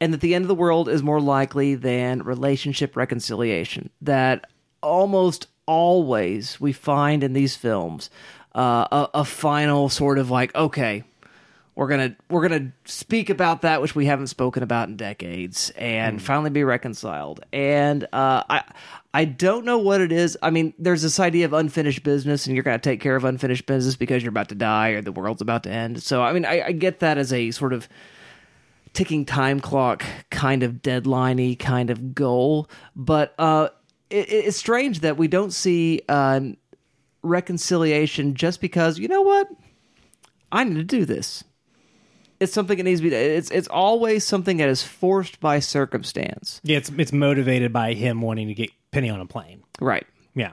[SPEAKER 2] and that the end of the world is more likely than relationship reconciliation. That almost always we find in these films uh, a, a final sort of like, okay, we're gonna we're gonna speak about that which we haven't spoken about in decades and finally be reconciled and uh, i i don't know what it is i mean there's this idea of unfinished business and you're gonna take care of unfinished business because you're about to die or the world's about to end so i mean i, I get that as a sort of ticking time clock kind of deadliney kind of goal. But uh, it, it's strange that we don't see uh, reconciliation just because you know what I need to do this. It's something that needs to be. It's it's always something that is forced by circumstance,
[SPEAKER 1] Yeah, it's it's motivated by him wanting to get Penny on a plane.
[SPEAKER 2] right?
[SPEAKER 1] Yeah.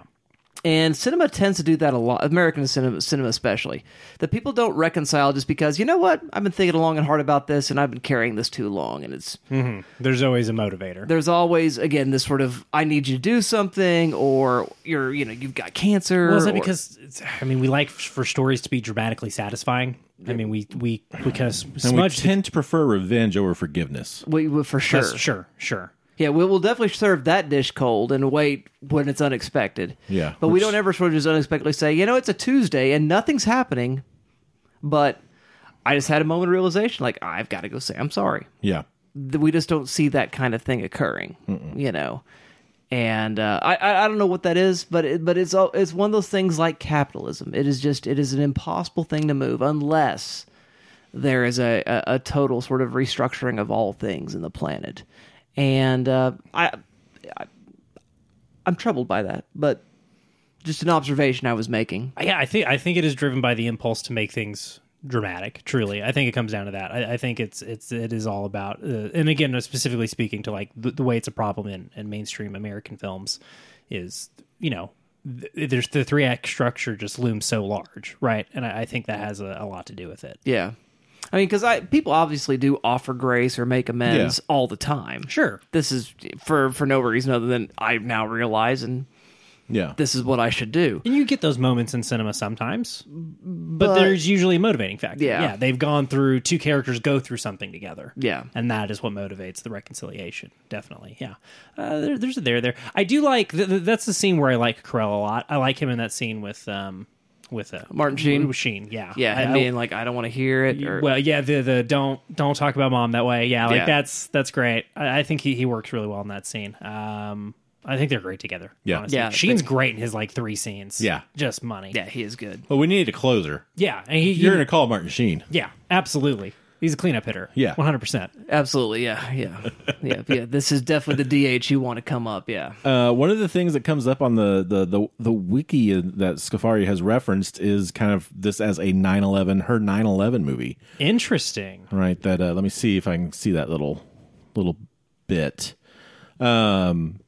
[SPEAKER 2] And cinema tends to do that a lot. American cinema, cinema especially, that people don't reconcile just because you know what I've been thinking long and hard about this, and I've been carrying this too long, and it's
[SPEAKER 1] There's always a motivator.
[SPEAKER 2] there's always again this sort of I need you to do something, or you're you know you've got cancer.
[SPEAKER 1] Well, is that
[SPEAKER 2] or-
[SPEAKER 1] because it's, I mean we like f- for stories to be dramatically satisfying? I mean we we we kind of
[SPEAKER 3] And we
[SPEAKER 1] smudge
[SPEAKER 3] tend to prefer revenge over forgiveness.
[SPEAKER 2] we, we- for sure,
[SPEAKER 1] That's- sure, sure.
[SPEAKER 2] yeah, we, we'll definitely serve that dish cold and wait when it's unexpected.
[SPEAKER 3] Yeah,
[SPEAKER 2] but we
[SPEAKER 3] which-
[SPEAKER 2] don't ever sort of just unexpectedly say, you know, it's a Tuesday and nothing's happening, but I just had a moment of realization, like I've got to go say I'm sorry.
[SPEAKER 3] Yeah.
[SPEAKER 2] th- we just don't see that kind of thing occurring, you know. And uh, I- I I don't know what that is, but it, but it's all, it's one of those things like capitalism. It is just it is an impossible thing to move unless there is a, a, a total sort of restructuring of all things in the planet. And uh, I, I I'm troubled by that, but just an observation I was making.
[SPEAKER 1] Yeah, I think I think it is driven by the impulse to make things dramatic. Truly, I think it comes down to that. I, I think it's it's it is all about, uh, and again, specifically speaking to like the, the way it's a problem in, in mainstream American films is you know th- there's the three act structure just looms so large, right? And I, I think that has a, a lot to do with it.
[SPEAKER 2] Yeah. I mean, because I people obviously do offer grace or make amends
[SPEAKER 3] Yeah.
[SPEAKER 2] all the time.
[SPEAKER 1] Sure.
[SPEAKER 2] this is for for no reason other than I now realize and
[SPEAKER 3] Yeah.
[SPEAKER 2] this is what I should do.
[SPEAKER 1] And you get those moments in cinema sometimes, but,
[SPEAKER 2] But-
[SPEAKER 1] there's usually a motivating factor.
[SPEAKER 2] Yeah.
[SPEAKER 1] yeah, they've gone through two characters go through something together.
[SPEAKER 2] Yeah.
[SPEAKER 1] and that is what motivates the reconciliation. Definitely, yeah. Uh, there, there's a there there. I do like th- th- that's the scene where I like Carell a lot. I like him in that scene with um with uh,
[SPEAKER 2] Martin Sheen?
[SPEAKER 1] With Sheen, yeah,
[SPEAKER 2] Yeah,
[SPEAKER 1] I,
[SPEAKER 2] and
[SPEAKER 1] I-
[SPEAKER 2] being like I don't want to hear it. Or,
[SPEAKER 1] well, yeah, the the don't don't talk about mom that way. Yeah, like
[SPEAKER 2] Yeah.
[SPEAKER 1] that's that's great. I, I think he he works really well in that scene. Um, I think they're great together.
[SPEAKER 3] Yeah.
[SPEAKER 1] honestly.
[SPEAKER 2] Yeah, I
[SPEAKER 1] Sheen's great in his like three scenes.
[SPEAKER 3] Yeah.
[SPEAKER 1] just money.
[SPEAKER 2] yeah, he is good.
[SPEAKER 3] Well, we need a closer.
[SPEAKER 1] Yeah, and he,
[SPEAKER 3] You're going to call Martin Sheen.
[SPEAKER 1] yeah, absolutely. He's a cleanup hitter.
[SPEAKER 3] Yeah.
[SPEAKER 1] one hundred percent.
[SPEAKER 2] Absolutely, yeah, yeah, yeah, yeah. This is definitely the DH you want to come up. Yeah,
[SPEAKER 3] Uh, one of the things that comes up on the the the, the wiki that Scafari has referenced is kind of this as a 9/11 her 9/11 movie,
[SPEAKER 1] Interesting.
[SPEAKER 3] right? That uh, let me see if I can see that little little bit. Um,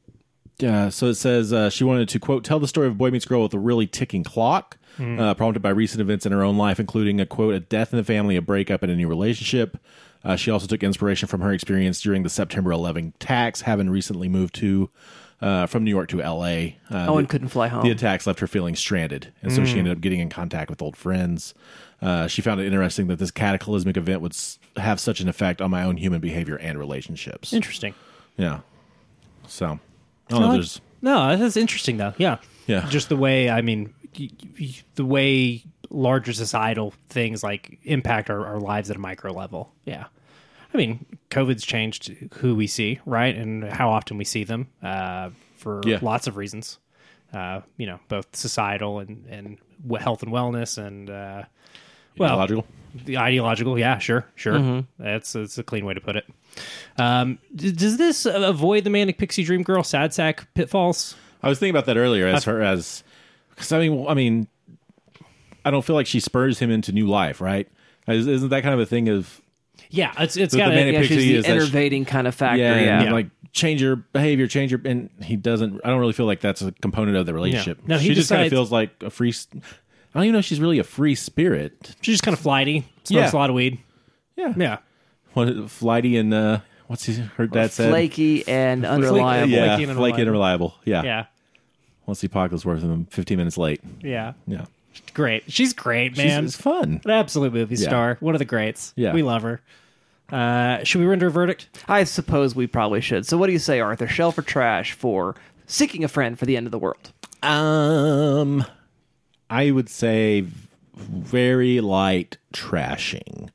[SPEAKER 3] yeah. So it says uh, she wanted to quote tell the story of a boy meets girl with a really ticking clock, uh, prompted by recent events in her own life, including a quote a death in the family, a breakup in a new relationship. Uh, she also took inspiration from her experience during the September 11 attacks, having recently moved to uh, from New York to L.A. Uh,
[SPEAKER 2] Owen couldn't fly home.
[SPEAKER 3] the
[SPEAKER 1] Oh.
[SPEAKER 3] attacks left her feeling stranded, and so
[SPEAKER 1] Hmm.
[SPEAKER 3] she ended up getting in contact with old friends. Uh, she found it interesting that this cataclysmic event would s- have such an effect on my own human behavior and relationships.
[SPEAKER 1] Interesting.
[SPEAKER 3] Yeah. So, I don't know if
[SPEAKER 1] I like-
[SPEAKER 3] there's.
[SPEAKER 1] No, that's interesting though. Yeah,
[SPEAKER 3] Yeah.
[SPEAKER 1] Just the way I mean, y- y- the way larger societal things like impact our, our lives at a micro level. Yeah, I mean, COVID's changed who we see, right, and how often we see them uh, for
[SPEAKER 3] Yeah.
[SPEAKER 1] lots of reasons. Uh, you know, both societal and and w- health and wellness, and uh, well,
[SPEAKER 3] Ideological?
[SPEAKER 1] the ideological yeah sure sure
[SPEAKER 3] Mm-hmm.
[SPEAKER 1] that's that's a clean way to put it um d- does this uh, avoid the manic pixie dream girl sad sack pitfalls
[SPEAKER 3] I was thinking about that earlier as her as because I mean I mean I don't feel like she spurs him into new life, right? Is- Isn't that kind of a thing of
[SPEAKER 1] yeah it's it's
[SPEAKER 3] The- the
[SPEAKER 1] got
[SPEAKER 3] manic-
[SPEAKER 1] a,
[SPEAKER 2] yeah, she's
[SPEAKER 3] Pixie
[SPEAKER 2] the
[SPEAKER 3] is that she-
[SPEAKER 2] enervating kind of factor.
[SPEAKER 3] yeah,
[SPEAKER 2] Yeah,
[SPEAKER 3] and, like change your behavior, change your and he doesn't. I don't really feel like that's a component of the relationship.
[SPEAKER 1] No, he
[SPEAKER 3] she just kind of
[SPEAKER 1] decides-
[SPEAKER 3] feels like a free. s- I don't even know if she's really a free spirit.
[SPEAKER 1] she's just kind of flighty smokes a
[SPEAKER 3] Yeah.
[SPEAKER 1] lot of weed
[SPEAKER 3] Yeah,
[SPEAKER 1] yeah
[SPEAKER 3] What flighty and uh, what's his, her dad said?
[SPEAKER 2] flaky and unreliable.
[SPEAKER 3] yeah,
[SPEAKER 1] Flaky and
[SPEAKER 3] flaky and reliable. Yeah,
[SPEAKER 1] yeah
[SPEAKER 3] Once the apocalypse worth of him, fifteen minutes late.
[SPEAKER 1] yeah
[SPEAKER 3] Yeah,
[SPEAKER 1] great she's great
[SPEAKER 3] She's-
[SPEAKER 1] man
[SPEAKER 3] it's fun.
[SPEAKER 1] an absolute movie star one of the greats
[SPEAKER 3] Yeah.
[SPEAKER 1] we love her uh should we render a verdict
[SPEAKER 2] I suppose we probably should. So, what do you say, Arthur? Shelf or trash for seeking a friend for the end of the world?
[SPEAKER 3] Um, I would say very light trashing.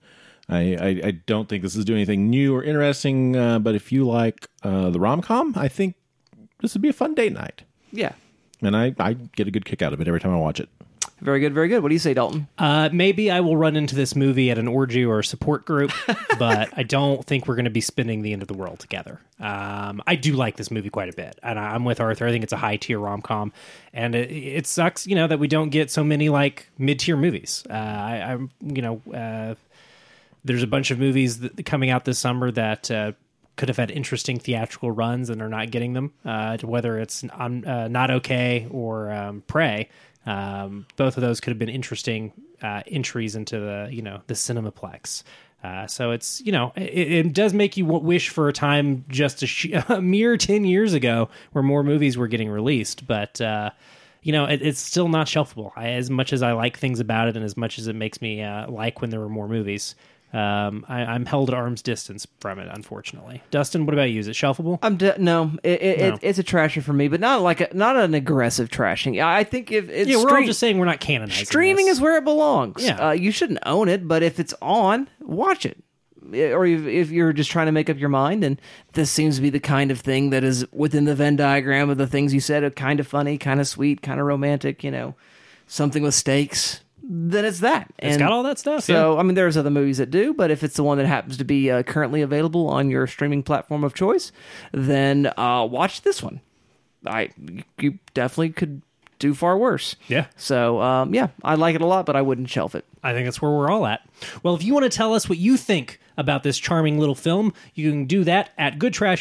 [SPEAKER 3] I, I, I don't think this is doing anything new or interesting, uh, but if you like uh, the rom com, I think this would be a fun date night.
[SPEAKER 2] Yeah,
[SPEAKER 3] And I, I get a good kick out of it every time I watch it.
[SPEAKER 2] Very good, very good. What do you say, Dalton?
[SPEAKER 1] Uh, maybe I will run into this movie at an orgy or a support group, but I don't think we're going to be spending the end of the world together. Um, I do like this movie quite a bit, and I, I'm with Arthur. I think it's a high tier rom com, and it, it sucks, you know, that we don't get so many like mid tier movies. Uh, I, I'm, you know, uh, there's a bunch of movies that, coming out this summer that uh, could have had interesting theatrical runs and are not getting them. Uh, whether it's um, uh, not okay or um, Prey, um, both of those could have been interesting uh, entries into the you know the cinemaplex. Uh, so it's you know it, it does make you w- wish for a time just a, sh- a mere ten years ago where more movies were getting released, but. Uh, you know, it, it's still not shelfable. I, as much as I like things about it, and as much as it makes me uh, like when there were more movies, um, I, I'm held at arm's distance from it. Unfortunately, Dustin, what about you? Is it shelfable?
[SPEAKER 2] I'm de- no, it, it,
[SPEAKER 1] No.
[SPEAKER 2] It, it's a trasher for me, but not like a, not an aggressive trashing. I I think if it's
[SPEAKER 1] yeah, we're all
[SPEAKER 2] stream-
[SPEAKER 1] just saying we're not canonizing.
[SPEAKER 2] streaming
[SPEAKER 1] this.
[SPEAKER 2] is where it belongs.
[SPEAKER 1] Yeah.
[SPEAKER 2] Uh, you shouldn't own it, but if it's on, watch it. Eh, Or if, if you're just trying to make up your mind, and this seems to be the kind of thing that is within the Venn diagram of the things you said are kind of funny, kind of sweet, kind of romantic, you know, something with stakes, then it's that.
[SPEAKER 1] It's
[SPEAKER 2] And
[SPEAKER 1] got all that stuff. yeah.
[SPEAKER 2] So, I mean, there's other movies that do, but if it's the one that happens to be uh, currently available on your streaming platform of choice, then uh, watch this one. I you definitely could do far worse.
[SPEAKER 1] Yeah.
[SPEAKER 2] So, um, yeah, I like it a lot, but I wouldn't shelf it.
[SPEAKER 1] I think that's where we're all at. Well, if you want to tell us what you think about this charming little film, you can do that at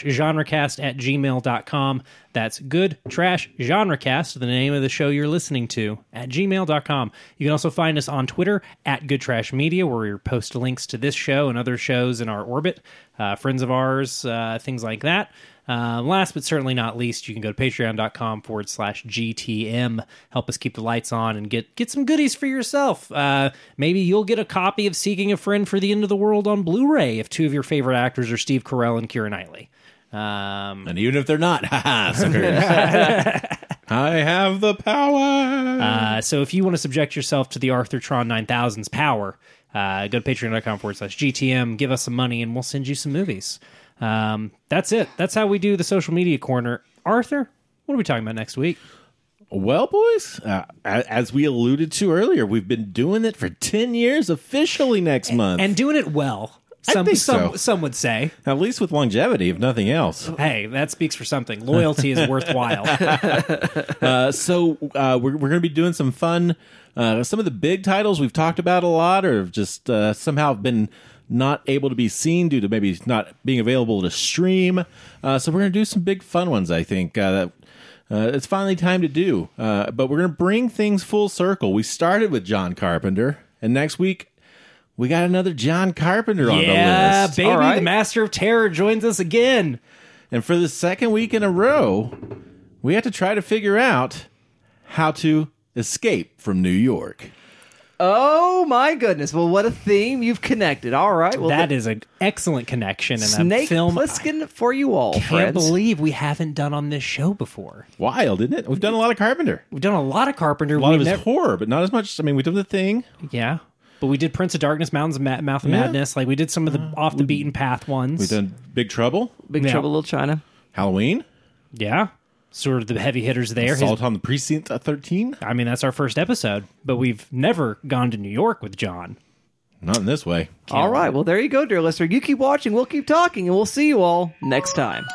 [SPEAKER 1] goodtrashgenrecast at gmail.com. That's good trash genrecast, the name of the show you're listening to, at gmail.com. You can also find us on Twitter at Good Trash Media, where we post links to this show and other shows in our orbit, uh, friends of ours, uh, things like that. Um, last but certainly not least, you can go to patreon.com forward slash GTM. Help us keep the lights on and get, get some goodies for yourself. Uh, maybe you'll get a copy of Seeking a Friend for the End of the World on Blu ray if two of your favorite actors are Steve Carell and Kieran Knightley. Um,
[SPEAKER 3] And even if they're not, ha ha, suckers. I have the power.
[SPEAKER 1] uh, so if you want to subject yourself to the Arthur Tron 9000's power, uh, go to patreon.com forward slash GTM, give us some money, and we'll send you some movies. Um, that's it. That's how we do the social media corner. Arthur, what are we talking about next week?
[SPEAKER 3] Well, boys, uh, a- as we alluded to earlier, we've been doing it for 10 years officially next month.
[SPEAKER 1] and doing it well.
[SPEAKER 3] I
[SPEAKER 1] Some
[SPEAKER 3] think
[SPEAKER 1] some
[SPEAKER 3] so.
[SPEAKER 1] some would say,
[SPEAKER 3] at least with longevity, if nothing else.
[SPEAKER 1] "Hey, that speaks for something. Loyalty is worthwhile."
[SPEAKER 3] Uh, so uh, we're, we're going to be doing some fun. Uh, some of the big titles we've talked about a lot or have just uh, somehow been not able to be seen due to maybe not being available to stream. Uh, so we're going to do some big fun ones, I think. Uh, that uh, it's finally time to do. Uh, but we're going to bring things full circle. We started with John Carpenter, and next week we got another John Carpenter on the
[SPEAKER 1] yeah,
[SPEAKER 3] list.
[SPEAKER 1] baby,
[SPEAKER 2] All right.
[SPEAKER 1] the Master of Terror joins us again.
[SPEAKER 3] And for the second week in a row, we have to try to figure out how to escape from New York.
[SPEAKER 2] Oh my goodness! Well, what a theme you've connected. All right, well,
[SPEAKER 1] that
[SPEAKER 2] the-
[SPEAKER 1] is an excellent connection and a
[SPEAKER 2] Snake
[SPEAKER 1] film. I
[SPEAKER 2] Plissken for you all,
[SPEAKER 1] can't
[SPEAKER 2] friends.
[SPEAKER 1] believe we haven't done on this show before.
[SPEAKER 3] Wild, isn't it? We've done a lot of Carpenter.
[SPEAKER 1] We've done a lot of Carpenter.
[SPEAKER 3] A lot
[SPEAKER 1] we
[SPEAKER 3] of his
[SPEAKER 1] nev-
[SPEAKER 3] horror, but not as much. I mean, we've done the thing.
[SPEAKER 1] yeah, but we did Prince of Darkness, Mountains of Ma- Mouth of
[SPEAKER 3] Yeah. Uh,
[SPEAKER 1] Madness. Like we did some of the off the beaten path ones.
[SPEAKER 3] We've done Big Trouble,
[SPEAKER 2] Big
[SPEAKER 1] Yeah.
[SPEAKER 2] Trouble in Little China.
[SPEAKER 3] Halloween,
[SPEAKER 1] yeah, sort of the heavy hitters there. His-
[SPEAKER 3] Assault on the Precinct uh, at 13.
[SPEAKER 1] I mean, that's our first episode, but we've never gone to New York with John.
[SPEAKER 3] Not in this way.
[SPEAKER 2] All right, well, there you go, dear listener. You keep watching, we'll keep talking, and we'll see you all next time.